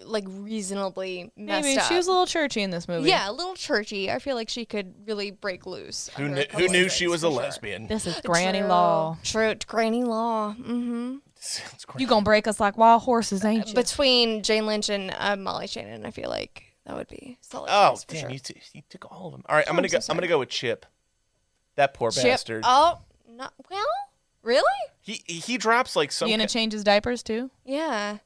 like reasonably messed Maybe up. she was a little churchy in this movie. yeah, a little churchy. I feel like she could really break loose. who under knew, a couple who of knew things, she was for a sure. lesbian? This is Granny True. Law. True, Granny Law. Mm-hmm. It's crazy. You gonna break us like wild horses, ain't you? Between Jane Lynch and uh, Molly Shannon, I feel like that would be solid. Oh choice for damn! sure. You, t- you took all of them. All right, I'm gonna I'm go. so I'm gonna sorry. go with Chip. That poor Chip- bastard. Oh, not well. Really? He he drops like some. you gonna ki- change his diapers too? Yeah.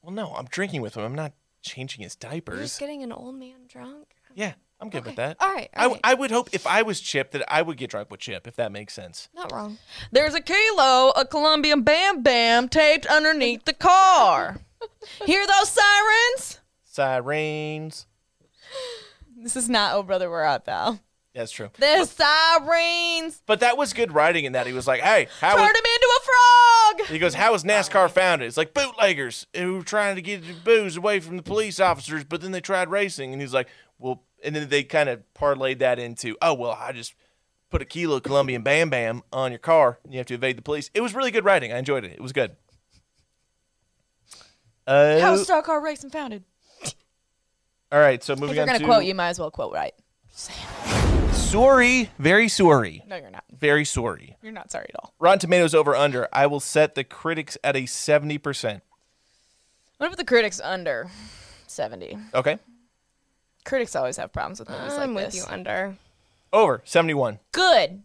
well, no, I'm drinking with him. I'm not changing his You're diapers. just getting an old man drunk. yeah, I'm good with Okay. that. All right, I, all w- right. I would hope if I was Chip that I would get drunk with Chip if that makes sense. Not wrong. There's a kilo of Colombian Bam Bam taped underneath the car. Hear those sirens? Sirens. This is not Oh Brother We're Out Thou. That's true. There's sirens. But that was good writing in that he was like, hey, how Turn was, him into a frog. he goes, how was NASCAR founded? It's like bootleggers who were trying to get the booze away from the police officers, but then they tried racing, and he's like, well, and then they kind of parlayed that into, oh well, I just put a kilo of Colombian Bam Bam on your car, and you have to evade the police. It was really good writing. I enjoyed it. It was good. Uh, How was Star Car Racing founded? All right, so If moving you're on gonna to quote, you might as well quote right. sorry, very sorry, No, you're not. very sorry. You're not sorry at all. Rotten Tomatoes over under. I will set the critics at a seventy percent. What about the critics under 70? Okay, Critics always have problems with movies I'm like with this. you under over seventy one. Good.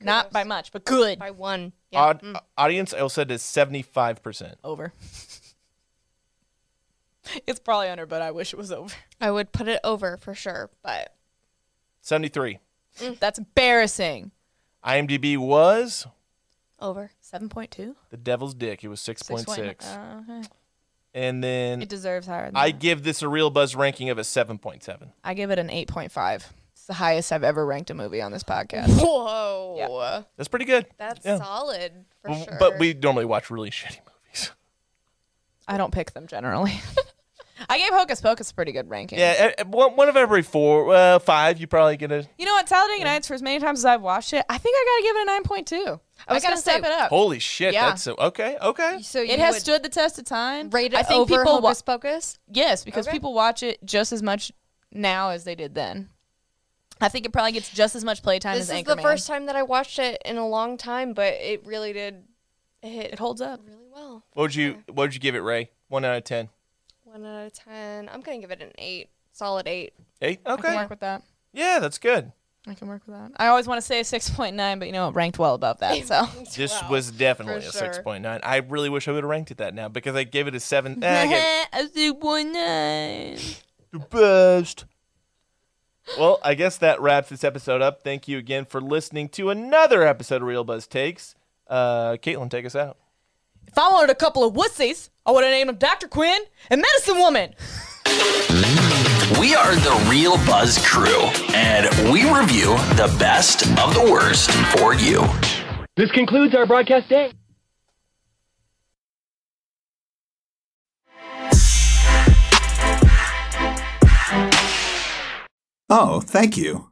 Not by much, but good. by one. Yeah. Aud- Audience, I will set it as seventy five percent. Over. it's probably under, but I wish it was over. I would put it over for sure, but Seventy three. That's embarrassing. IMDb was over. 7.2? the devil's dick. It was six point six, Uh, okay. and then It deserves higher than I that. give this a real buzz ranking of a seven point seven. I give it an 8.5. It's the highest I've ever ranked a movie on this podcast. Whoa. That's pretty good. That's Yeah. solid for W- sure. But we normally watch really shitty movies. I don't pick them generally. I gave Hocus Pocus a pretty good ranking. Yeah, uh, uh, one one of every four, uh, five, you probably get a You know what? Talladega Nights, for as many times as I've watched it, I think I got to give it a 9.2. I was gonna going to step say- it up. Holy shit! Yeah. That's so, okay. Okay. so you it has would stood the test of time. rate it I think over people wa- Hocus Pocus. yes, because people watch it just as much now as they did then. I think it probably gets just as much playtime This as is Anchorman. the first time that I watched it in a long time, but it really did hit it holds up. really well. What would you What would you give it, Ray? One out of ten. One out of ten. I'm gonna give it an eight. Solid eight. Eight. I can Okay. work with that. Yeah, that's good. I can work with that. I always want to say a 6.9, but you know it ranked well above that. So This was definitely for a sure. six point nine. I really wish I would have ranked it that now because I gave it a seven. eh, I gave it a 6.9. the best. Well, I guess that wraps this episode up. Thank you again for listening to another episode of Real Buzz Takes. Uh, Caitlin, take us out. If I wanted a couple of wussies, I would have named them Dr. Quinn and Medicine Woman. We are the Real Buzz crew, and we review the best of the worst for you. This concludes our broadcast day. Oh, thank you.